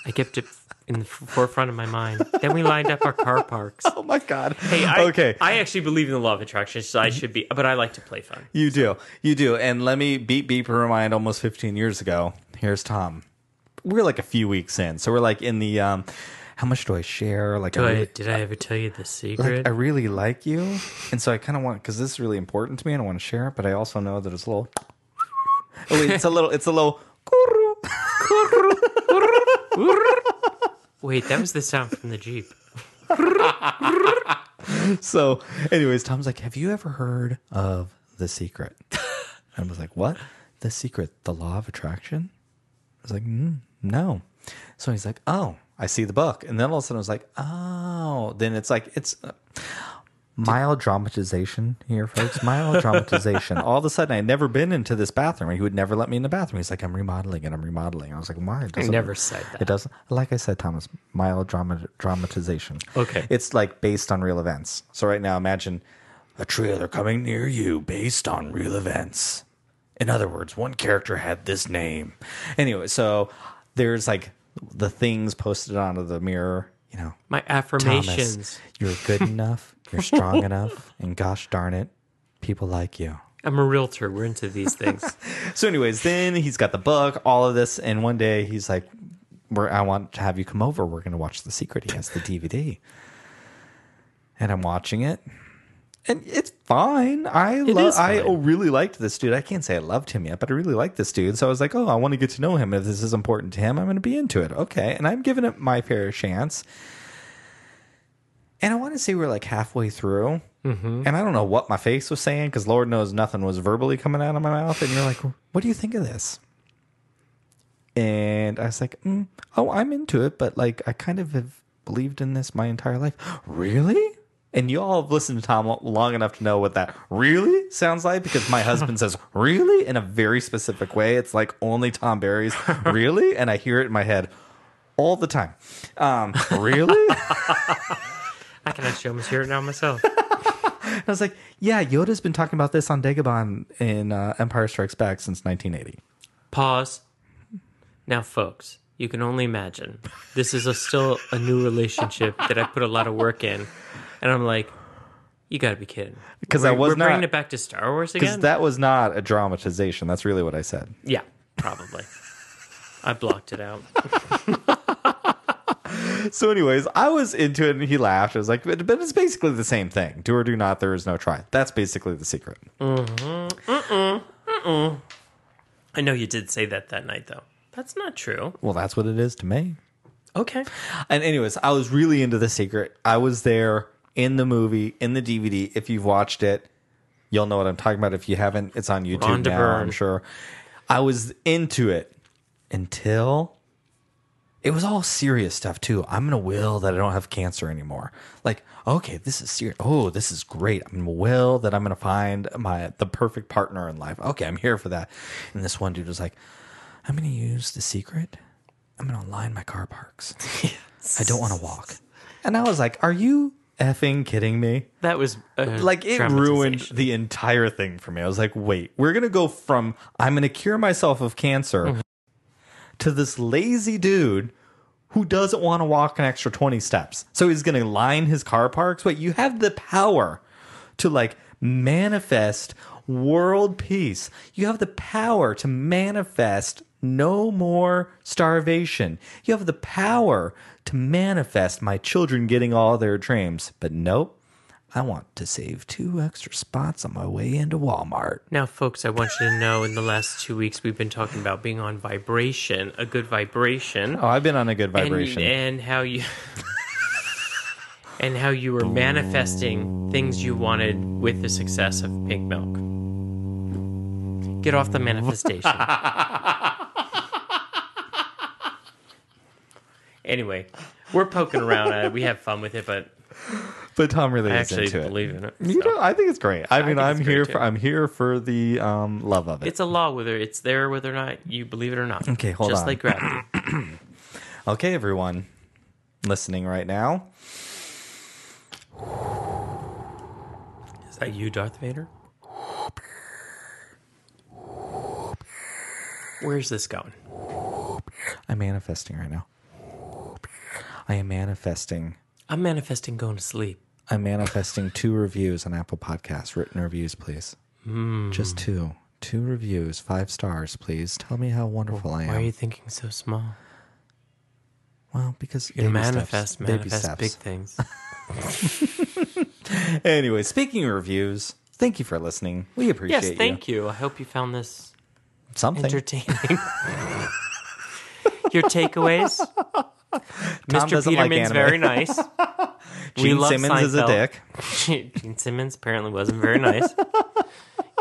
B: I kept it in the forefront of my mind. Then we lined up our car parks.
A: Oh my God.
B: Hey, I,
A: okay.
B: I actually believe in the law of attraction, so
A: Mm-hmm.
B: I should be, but I like to play fun.
A: you do. You do. And let me beep beep remind almost 15 years ago. Here's Tom. We're like a few weeks in. So we're like in the, um, how much do I share? Like, I really-
B: But did I ever tell you the secret?
A: I really like you, and so I kind of want because this is really important to me, and I want to share it. But I also know that it's a little. Oh, wait, it's a little. It's a little.
B: Wait, that was the sound from the Jeep.
A: So, anyways, Tom's like, "Have you ever heard of the secret?" I was like, "What? The secret? The law of attraction?" I was like, mm, "No." So he's like, "Oh, I see the book," and then all of a sudden I was like, "Oh." Then it's like it's. Uh, Mild dramatization here, folks. Mild dramatization. All of a sudden, I had never been into this bathroom. He would never let me in the bathroom. He's like, "I'm remodeling it. I'm remodeling." I was like, "Why?" It
B: I
A: doesn't-
B: never said that.
A: It doesn't. Like I said, Thomas, mild drama, dramatization.
B: Okay.
A: It's like based on real events. So right now, imagine a trailer coming near you based on real events. In other words, one character had this name. Anyway, so there's like the things posted onto the mirror, you know,
B: My
A: Thomas,
B: affirmations.
A: you're good enough, you're strong enough, and gosh darn it, people like you.
B: I'm a realtor. We're into these things.
A: So, anyways, then he's got the book, all of this, and one day he's like, We're, "I want to have you come over. We're going to watch The Secret." He has the DVD, and I'm watching it, and it's fine. I love.
B: is
A: I
B: fine.
A: really liked this dude. I can't say I loved him yet, but I really liked this dude. So I was like, "Oh, I want to get to know him. If this is important to him, I'm going to be into it." Okay, and I'm giving it my fair chance. And I want to say we're like halfway through.
B: Mm-hmm.
A: And I don't know what my face was saying because Lord knows nothing was verbally coming out of my mouth. And you're like, what do you think of this? And I was like, mm, oh, I'm into it, but like I kind of have believed in this my entire life. Really? And you all have listened to Tom lo- long enough to know what that really sounds like because my husband says really in a very specific way. It's like only Tom Barry's really. And I hear it in my head all the time. Um, really?
B: I can actually almost hear it now myself.
A: I was like, yeah, Yoda's been talking about this on Dagobah in uh, Empire Strikes Back since 1980.
B: Pause. Now, folks, you can only imagine. This is a, still a new relationship that I put a lot of work in. And I'm like, You got to be kidding.
A: 'Cause I
B: We're-
A: was
B: we're bringing
A: not-
B: it back to Star Wars
A: Because
B: again.
A: that was not a dramatization. That's really what I said.
B: yeah, probably. I blocked it out.
A: So, anyways, I was into it and he laughed. I was like, but, but it's basically the same thing. Do or do not, there is no try. That's basically the secret.
B: I know you did say that that night though. That's not true.
A: Well, that's what it is to me.
B: Okay.
A: And, anyways, I was really into the secret. I was there in the movie, in the DVD. If you've watched it, you'll know what I'm talking about. If you haven't, it's on YouTube
B: Rhonda
A: now,
B: Byrne.
A: I'm sure. I was into it until it was all serious stuff too. I'm gonna will that I don't have cancer anymore. Like, okay, this is serious. Oh, this is great. I'm gonna will that I'm gonna find my the perfect partner in life. Okay, I'm here for that. And this one dude was like, I'm gonna use the secret. I'm gonna line my car parks. I don't want to walk. And I was like, Are you effing kidding me?
B: That was a
A: like it ruined
B: traumatization.
A: the entire thing for me. I was like, wait, we're gonna go from I'm gonna cure myself of cancer to this lazy dude who doesn't want to walk an extra 20 steps. So he's gonna line his car parks. Wait, you have the power to like manifest world peace. You have the power to manifest no more starvation. You have the power to manifest my children getting all their dreams. But nope. I want to save two extra spots on my way into Walmart.
B: Now, folks, I want you to know in the last two weeks we've been talking about being on vibration, a good vibration,
A: Oh, I've been on a good
B: and,
A: vibration.
B: and how you and how you were manifesting things you wanted with the success of Pink Milk. Get off the manifestation. anyway, we're poking around at it. We have fun with it, but
A: but Tom really
B: I
A: is
B: actually
A: into it.
B: believe in it.
A: you know, I think it's great. I mean,
B: think
A: I
B: it's
A: am
B: great
A: here
B: too.
A: for I'm here for the um, love of it.
B: It's a law whether it's there, whether or not you believe it or not.
A: Okay, hold
B: Just
A: on.
B: like gravity.
A: okay, everyone listening right now.
B: Is that you, Darth Vader? Where's this going?
A: I'm manifesting right now. I am manifesting.
B: I'm manifesting going to sleep.
A: I'm manifesting two reviews on Apple Podcasts, written reviews, please.
B: Hmm.
A: Just two. Two reviews, five stars, please. Tell me how wonderful I am.
B: Why are you thinking so small?
A: well, because
B: You
A: baby
B: manifest,
A: steps. Baby steps.
B: manifest big things.
A: Anyway, speaking of reviews, thank you for listening. We appreciate
B: yes, thank you. I hope you found this
A: you. Something.
B: entertaining. Your takeaways? Mr.
A: doesn't like
B: Peterman's
A: anime.
B: very nice.
A: Gene Simmons is a
B: Seinfeld.
A: dick.
B: Gene Simmons apparently wasn't very nice.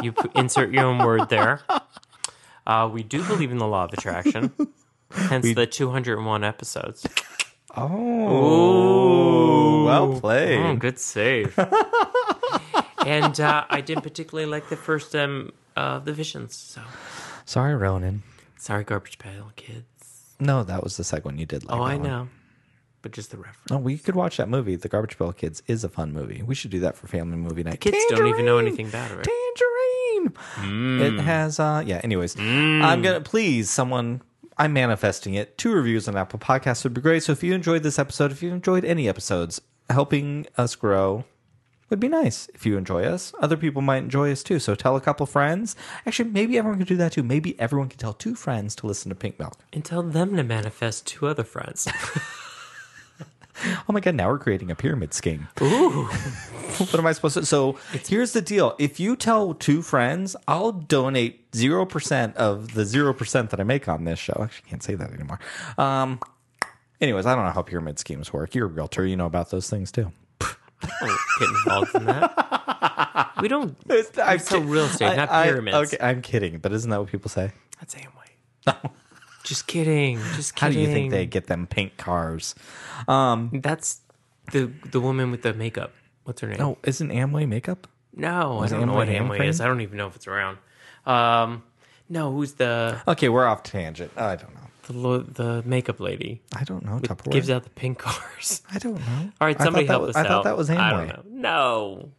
B: You p- insert your own word there. Uh, we do believe in the law of attraction, hence the 201 episodes.
A: Oh, well played.
B: Oh, good save. and uh, I didn't particularly like the first um, uh, the visions. So
A: Sorry, Ronan.
B: sorry, garbage pail kids.
A: No, that was the second one you did like.
B: Oh,
A: that
B: I
A: one.
B: know, but just the reference.
A: No, we could watch that movie. The Garbage Pail Kids is a fun movie. We should do that for family movie night.
B: Kids don't even know
A: Tangerine!
B: anything about it.
A: Tangerine. It has uh yeah, anyways. I'm gonna please someone I'm manifesting it. Two reviews on Apple Podcasts would be great. So if you enjoyed this episode, if you enjoyed any episodes, helping us grow would be nice if you enjoy us. Other people might enjoy us too. So tell a couple friends. Actually, maybe everyone can do that too. Maybe everyone can tell two friends to listen to Pink Milk.
B: And tell them to manifest two other friends.
A: Oh my god, now we're creating a pyramid scheme. Ooh. what am I supposed to so here's the deal. If you tell two friends, I'll donate zero percent of the zero percent that I make on this show. Actually I can't say that anymore. Um anyways, I don't know how pyramid schemes work. You're a realtor, you know about those things too.
B: Don't get involved in that. We don't.
A: I'm
B: so real estate, not pyramids.
A: okay, I'm kidding, but isn't that what people say?
B: That's Amway. just kidding. Just
A: How
B: kidding.
A: do you think they get them pink cars? Um
B: That's the the woman with the makeup. What's her name?
A: oh, isn't Amway makeup?
B: no, I
A: it
B: don't know
A: Amway
B: what
A: hand
B: Amway
A: cream?
B: is. I don't even know if it's around. Um, no, who's the
A: Okay, we're off tangent. I don't know.
B: the lo- the makeup lady?
A: I don't know. Tupperware.
B: Gives out the pink cars.
A: I don't know.
B: All right,
A: I
B: somebody
A: thought that
B: help
A: was-
B: us out.
A: I thought that was Amway.
B: I don't know.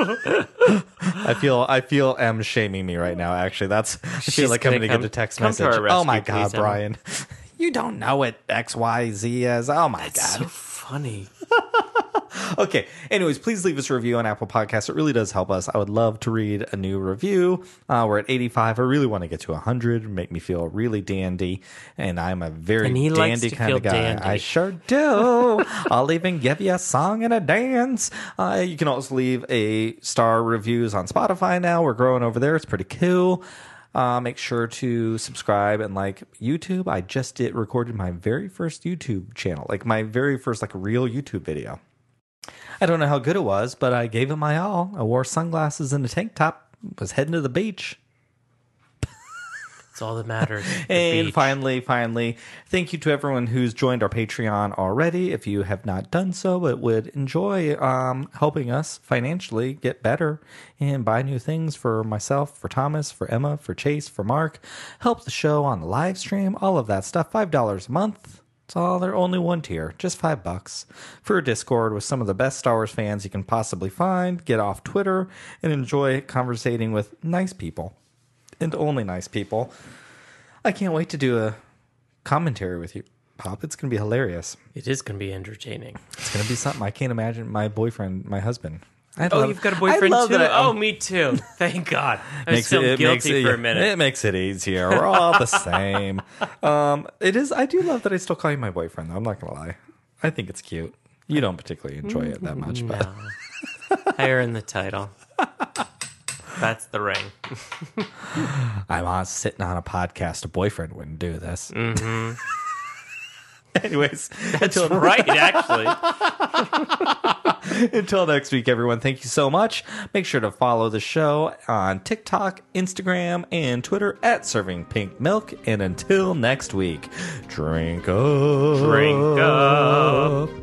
A: I feel I feel M shaming me right now. Actually, that's I feel
B: She's
A: like I'm
B: gonna
A: going to get
B: come-
A: a text
B: come to
A: message.
B: our
A: oh my
B: rescue,
A: god,
B: please, Emma.
A: Brian, you don't know what X Y Z is. Oh my
B: No.
A: god.
B: So funny.
A: okay. Anyways, please leave us a review on Apple Podcasts. It really does help us. I would love to read a new review. Uh, we're at 85. I really want to get to 100. Make me feel really dandy. And I'm a very
B: And he
A: dandy
B: likes to
A: kind
B: feel
A: of guy.
B: dandy.
A: I sure do. I'll even give you a song and a dance. Uh, you can also leave a star reviews on Spotify now. We're growing over there. It's pretty cool. Uh, make sure to subscribe and like YouTube. I just did recorded my very first YouTube channel, like my very first like real YouTube video. I don't know how good it was, but I gave it my all. I wore sunglasses and a tank top. Was heading to the beach.
B: It's all that matters. The
A: And
B: beach.
A: finally, finally, thank you to everyone who's joined our Patreon already. If you have not done so, but would enjoy um, helping us financially get better and buy new things for myself, for Thomas, for Emma, for Chase, for Mark, help the show on the live stream, all of that stuff. $5 a month. It's all they're only one tier, just five bucks for a Discord with some of the best Star Wars fans you can possibly find. Get off Twitter and enjoy conversating with nice people and only nice people. I can't wait to do a commentary with you, Pop. It's going to be hilarious.
B: it is going to be entertaining.
A: It's going to be something I can't imagine my boyfriend, my husband. I
B: Oh,
A: love-
B: you've got a
A: Um, I
B: boyfriend
A: love
B: too.
A: that I-
B: oh, me too. Thank God. I was
A: makes
B: feeling
A: it,
B: guilty
A: makes it,
B: for a minute.
A: It makes it easier. We're all the same. Um, it is. I do love that I still call you my boyfriend. Though. I'm not going to lie. I think it's cute. You don't particularly enjoy it that much, but
B: No. Higher in the title. That's the ring.
A: I'm on sitting on a podcast. A boyfriend wouldn't do this.
B: Mm-hmm.
A: Anyways, until
B: Right, actually.
A: Until next week, everyone, thank you so much. Make sure to follow the show on TikTok, Instagram, and Twitter at Serving Pink Milk. And until next week, drink up.
B: Drink up.
A: up.